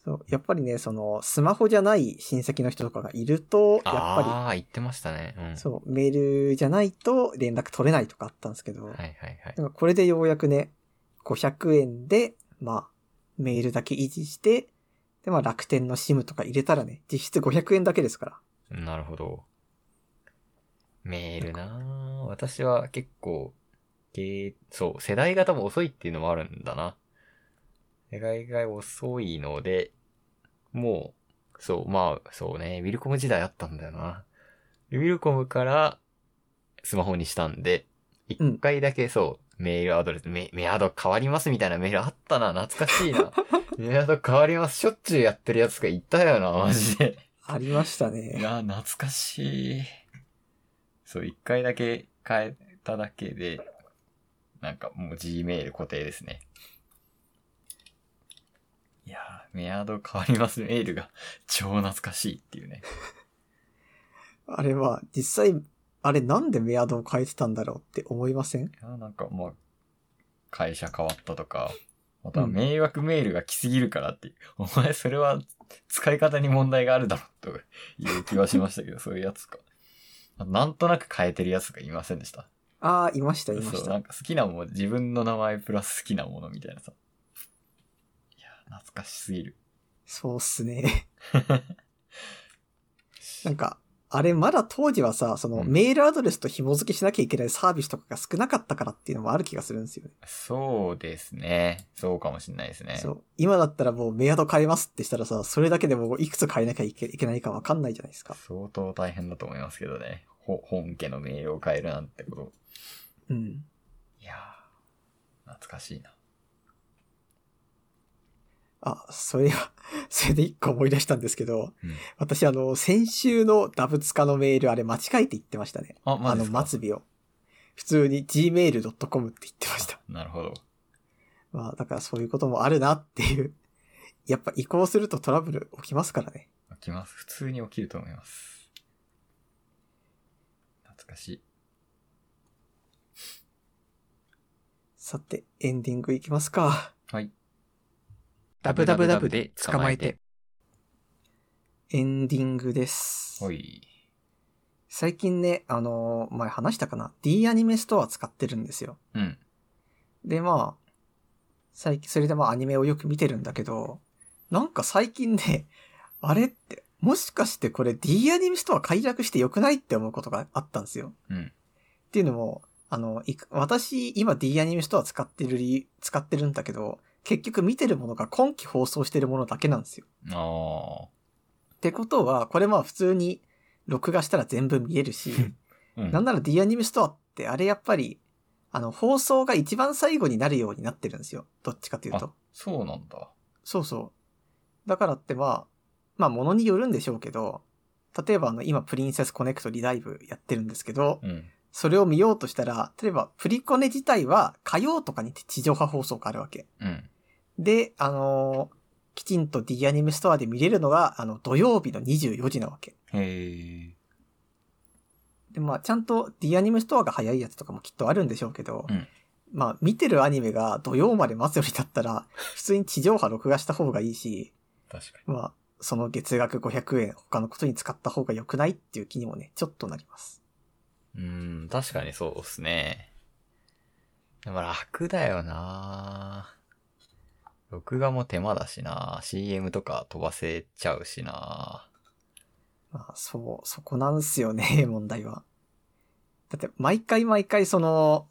Speaker 1: そう。やっぱりね、その、スマホじゃない親戚の人とかがいると、
Speaker 2: ー。
Speaker 1: やっぱ
Speaker 2: ああ、言ってましたね。うん。
Speaker 1: り、そう、メールじゃないと連絡取れないとかあったんですけど、
Speaker 2: はいはいはい。
Speaker 1: なんかこれでようやくね、500円で、まあ、メールだけ維持して、で、まあ楽天の SIM とか入れたらね、実質500円だけですから。
Speaker 2: なるほど。メールなぁ。私は結構、けそう、世代が多分遅いっていうのもあるんだな。世代が遅いので、もう、そう、まあ、そうね、ウィルコム時代あったんだよな。ウィルコムからスマホにしたんで、
Speaker 1: うん
Speaker 2: 一回だけそう、メールアドレス、メメアド変わりますみたいなメールあったな、懐かしいな。メアド変わります、しょっちゅうやってるやつがいたよな、マジで。
Speaker 1: ありました
Speaker 2: い
Speaker 1: ね。
Speaker 2: や、懐かしい。そう、一回だけ変えただけで、なんかもう Gmail 固定ですね。いやー、メアド変わりますメールが超懐かしいっていうね。
Speaker 1: あれは、実際、あれなんでメアドを変えてたんだろうって思いません
Speaker 2: いやーなんかまあ、会社変わったとか、または迷惑メールが来すぎるからっていう、お前それは使い方に問題があるだろという気はしましたけど、そういうやつか。なんとなく変えてるやつがいませんでした。
Speaker 1: ああ、いました、いま
Speaker 2: そ
Speaker 1: し
Speaker 2: う、な
Speaker 1: た。
Speaker 2: んか好きなもの、自分の名前プラス好きなものみたいなさ。いや、懐かしすぎる。
Speaker 1: そうっす ね。なんか、あれまだ当時はさ、その
Speaker 2: うん
Speaker 1: メールアドレスと紐付けしなきゃいけないサービスとかが少なかったからっていうのもある気がするんですよね。
Speaker 2: そうですね。そうかもしんないですね。
Speaker 1: そう。今だったらもうメアド変えますってしたらさ、それだけでもういくつ変えなきゃいけいけないかわかんないじゃないですか。
Speaker 2: 相当大変だと思いますけどね。ほ本家の名誉を変えるなんてこと。
Speaker 1: うん。
Speaker 2: いやー、懐かしいな。
Speaker 1: あ、それは、 それで一個思い出したんですけど、
Speaker 2: うん
Speaker 1: 私あの、先週のダブツカのメールあれ間違えて言ってましたね。
Speaker 2: あ、
Speaker 1: あ
Speaker 2: ま
Speaker 1: の、
Speaker 2: ず、
Speaker 1: 末尾を。普通に gmail.com って言ってま した。
Speaker 2: なるほど。
Speaker 1: まあ、だからそういうこともあるなっていう。 やっぱ移行するとトラブル起きますからね。
Speaker 2: 起きます。普通に起きると思います。懐かしい。
Speaker 1: さて、エンディングいきますか。
Speaker 2: はい。
Speaker 1: ダブダブダブで捕まえて。エンディングです。
Speaker 2: ほい。
Speaker 1: 最近ね、あのー前話したかな ?D アニメストア使ってるんですよ。
Speaker 2: うん。
Speaker 1: で、まあ、最近、それでまあアニメをよく見てるんだけど、なんか最近ね、 あれって、もしかしてこれ D アニメストア解約してよくないって思うことがあったんですよ。
Speaker 2: うん。
Speaker 1: っていうのも、あの、いく私、今 D アニメストア使ってるり、使ってるんだけど、結局見てるものが今期放送してるものだけなんですよ。
Speaker 2: あー。
Speaker 1: ってことは、これまあ普通に録画したら全部見える し、
Speaker 2: うん
Speaker 1: なんなら D アニメストアってあれやっぱり、あの、放送が一番最後になるようになってるんですよ。どっちかというと
Speaker 2: あ。そうなんだ。
Speaker 1: そうそう。だからってまあ、まあ物によるんでしょうけど、例えばあの今プリンセスコネクトリライブやってるんですけど、
Speaker 2: うん。
Speaker 1: それを見ようとしたら、例えばプリコネ自体は火曜とかに地上波放送があるわけ。
Speaker 2: うん。
Speaker 1: で、あのーきちんと D アニメストアで見れるのが、あの、土曜日の24時なわけ。
Speaker 2: へえ。
Speaker 1: で、まあ、ちゃんと D アニメストアが早いやつとかもきっとあるんでしょうけど、
Speaker 2: うん
Speaker 1: まあ、見てるアニメが土曜まで待つよりだった ら、普通に地上波録画した方がいいし、
Speaker 2: 確かに。
Speaker 1: まあ、その月額500円他のことに使った方が良くないっていう気にもね、ちょっとなります。
Speaker 2: うーん、確かにそうっすね。でも楽だよな録画も手間だしな CM とか飛ばせちゃうしな
Speaker 1: まあ、そう、そこなんすよね、 問題は。だって、毎回毎回その、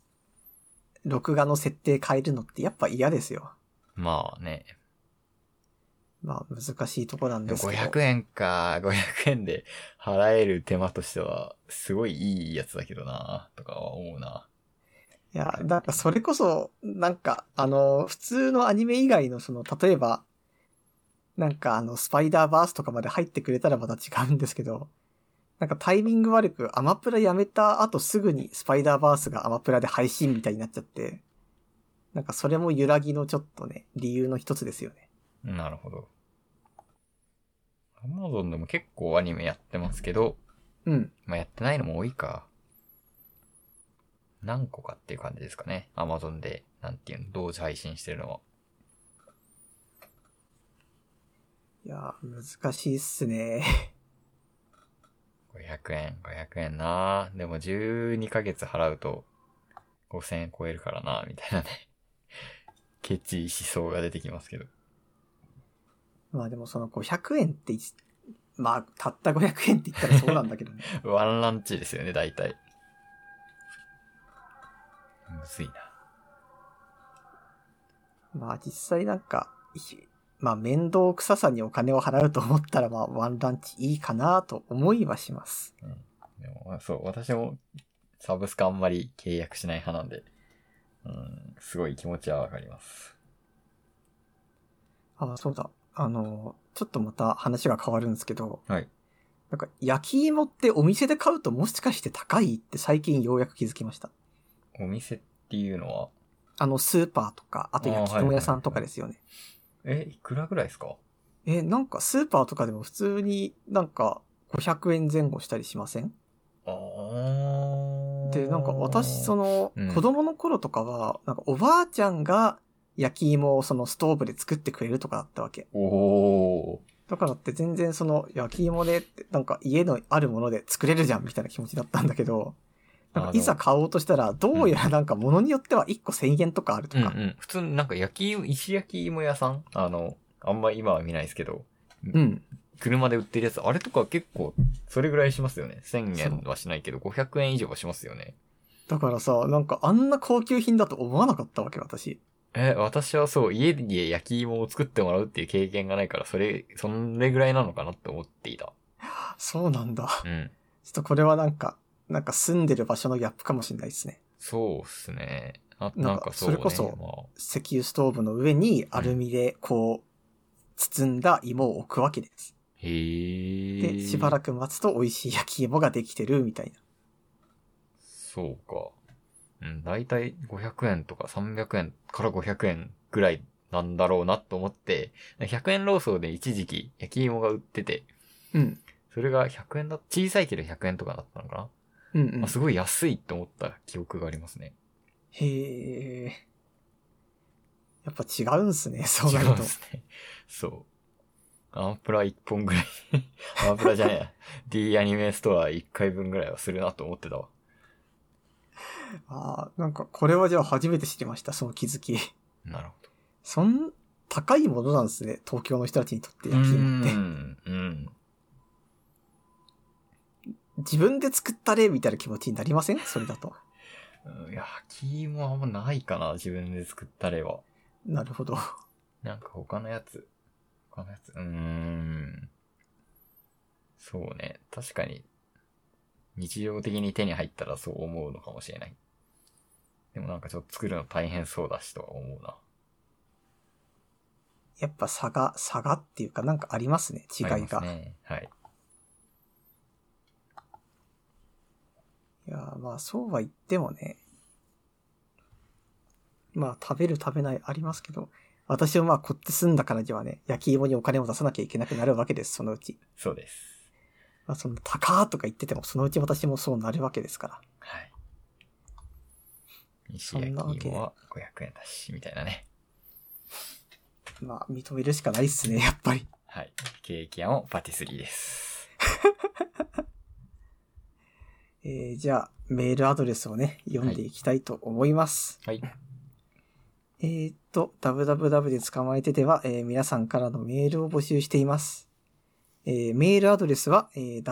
Speaker 1: 録画の設定変えるのってやっぱ嫌ですよ。
Speaker 2: まあね。
Speaker 1: まあ、難しいとこなん
Speaker 2: で
Speaker 1: で
Speaker 2: も
Speaker 1: すけど。
Speaker 2: 500円か。500円で払える手間としては、すごいいいやつだけどなとかは思うない
Speaker 1: や、なんかそれこそ、なんか、あの、普通のアニメ以外のその、例えば、なんかあの、スパイダーバースとかまで入ってくれたらまた違うんですけど、なんかタイミング悪くアマプラやめた後すぐにスパイダーバースがアマプラで配信みたいになっちゃって、なんかそれも揺らぎのちょっとね、理由の一つですよね。
Speaker 2: なるほど。アマゾンでも結構アニメやってますけど、
Speaker 1: うん。
Speaker 2: まあ、やってないのも多いか。何個かっていう感じですかね。アマゾンで、なんていうの、同時配信してるのは。
Speaker 1: いやー、難しいっすね。
Speaker 2: 500円、500円なでも12ヶ月払うと5000円超えるからなみたいなね。 ケチい思想が出てきますけど。
Speaker 1: まあでもその500円っていち、まあ、たった500円って言ったらそうなんだけどね。
Speaker 2: ワンランチですよね、大体。むずいな。
Speaker 1: まあ実際なんか、いまあ面倒くささにお金を払うと思ったらまあワンランチいいかなと思いはします。
Speaker 2: でも、そう、私もサブスクあんまり契約しない派なんで、うん、すごい気持ちはわかります。
Speaker 1: あ、そうだ。あの、ちょっとまた話が変わるんですけど、
Speaker 2: はい。
Speaker 1: なんか焼き芋ってお店で買うともしかして高いって最近ようやく気づきました。
Speaker 2: お店っていうのは、
Speaker 1: あのスーパーとか、あと焼き芋屋さんとかですよね。
Speaker 2: え、いくらぐらいですか
Speaker 1: え、なんかスーパーとかでも普通になんか500円前後したりしません
Speaker 2: あー
Speaker 1: で、なんか私、その
Speaker 2: うん、
Speaker 1: 子供の頃とかは、なんかおばあちゃんが焼き芋をそのストーブで作ってくれるとかだったわけ。
Speaker 2: おー。
Speaker 1: だからって全然その焼き芋でって、なんか家のあるもので作れるじゃんみたいな気持ちだったんだけど、なんかいざ買おうとしたら、どうやらなんか物によっては1個1000円とかあると
Speaker 2: うんう
Speaker 1: か。
Speaker 2: ん。普通になんか焼き芋、石焼き芋屋さんあの、あんま今は見ないですけど、
Speaker 1: うん。
Speaker 2: 車で売ってるやつ、あれとか結構、それぐらいしますよね。1000円はしないけど、500円以上はしますよね。
Speaker 1: だからさ、なんかあんな高級品だと思わなかったわけ、私。
Speaker 2: え、私はそう、家で焼き芋を作ってもらうっていう経験がないから、それ、そんれぐらいなのかなって思っていた。
Speaker 1: そうなんだ。
Speaker 2: うん。
Speaker 1: ちょっとこれはなんか、なんか住んでる場所のギャップかもしれないですね。
Speaker 2: そうっすね。あ、
Speaker 1: なんか
Speaker 2: なんかそう、ね。
Speaker 1: それこそ
Speaker 2: まあ
Speaker 1: 石油ストーブの上にアルミでこう、包んだ芋を置くわけです。
Speaker 2: へえ。
Speaker 1: で、しばらく待つと美味しい焼き芋ができてるみたいな。
Speaker 2: そうか。うん、だいたい500円とか300円から500円ぐらいなんだろうなと思って、100円ローソンで一時期焼き芋が売ってて、
Speaker 1: うん。
Speaker 2: それが100円だ、小さいけど100円とかだったのかな、
Speaker 1: うんうん
Speaker 2: あ、。すごい安いと思った記憶がありますね。
Speaker 1: へえ。やっぱ違うんす ね、そう
Speaker 2: 違
Speaker 1: なる
Speaker 2: うん
Speaker 1: と
Speaker 2: で。すね。そう。アンプラ1本ぐらい。 アンプラじゃねえや。D アニメストア1回分ぐらいはするなと思ってたわ。
Speaker 1: ああ、なんかこれはじゃあ初めて知りました、その気づき。
Speaker 2: なるほど。
Speaker 1: そん、高いものなんですね、東京の人たちにとって焼き
Speaker 2: う
Speaker 1: 芋って。
Speaker 2: ん。うん。
Speaker 1: 自分で作ったれ、みたいな気持ちになりませんそれだと。
Speaker 2: うんいや、焼き芋あんまないかな、自分で作った例は。
Speaker 1: なるほど。
Speaker 2: なんか他のやつ。他のやつ。うーん。そうね。確かに、日常的に手に入ったらそう思うのかもしれない。でもなんかちょっと作るの大変そうだしとは思うな。
Speaker 1: やっぱ差が、差がっていうかなんかありますね、違い
Speaker 2: あります
Speaker 1: が。
Speaker 2: ね。はい。
Speaker 1: いやー、まあそうは言ってもね、まあ食べる食べないありますけど、私はまあこっち住んだからにはね、焼き芋にお金を出さなきゃいけなくなるわけです、そのうち。
Speaker 2: そうです。
Speaker 1: まあその、高ーとか言ってても、そのうち私もそうなるわけですから。
Speaker 2: はい。石
Speaker 1: そんなわ
Speaker 2: 焼
Speaker 1: け
Speaker 2: き芋は500円だし、みたいなね。
Speaker 1: まあ認めるしかないっすね、やっぱり。
Speaker 2: はい。ケーキ屋もパティスリーです。
Speaker 1: えー、じゃあ、メールアドレスをね、読んでいきたいと思います。
Speaker 2: はい。
Speaker 1: えーっと、www で捕まえてでは、えー皆さんからのメールを募集しています。えーメールアドレスは、えー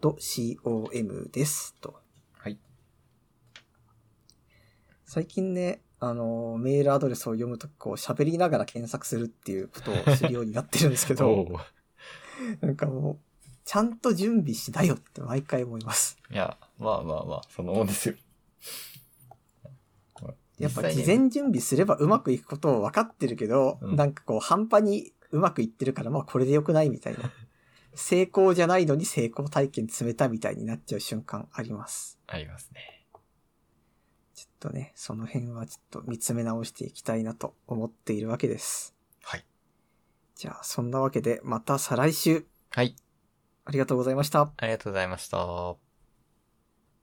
Speaker 1: www-tsukamate.google-groups.com です。と。
Speaker 2: はい。
Speaker 1: 最近ね、あの、メールアドレスを読むとき、こう、喋りながら検索するっていうことをするようになってるんですけど、
Speaker 2: おー
Speaker 1: なんかもう、ちゃんと準備しなよって毎回思います。
Speaker 2: いや、まあまあまあ、そのもんですよ。
Speaker 1: やっぱ
Speaker 2: 実
Speaker 1: 事
Speaker 2: 際ね
Speaker 1: 前準備すればうまくいくことを分かってるけど、
Speaker 2: うん
Speaker 1: なんかこう、半端にうまくいってるから、まあこれでよくないみたいな。成功じゃないのに成功体験詰めたみたいになっちゃう瞬間あります。
Speaker 2: ありますね。
Speaker 1: ちょっとね、その辺はちょっと見つめ直していきたいなと思っているわけです。
Speaker 2: はい。
Speaker 1: じゃあ、そんなわけで、また再来週、
Speaker 2: はい。
Speaker 1: ありがとうございました。
Speaker 2: ありがとうございました。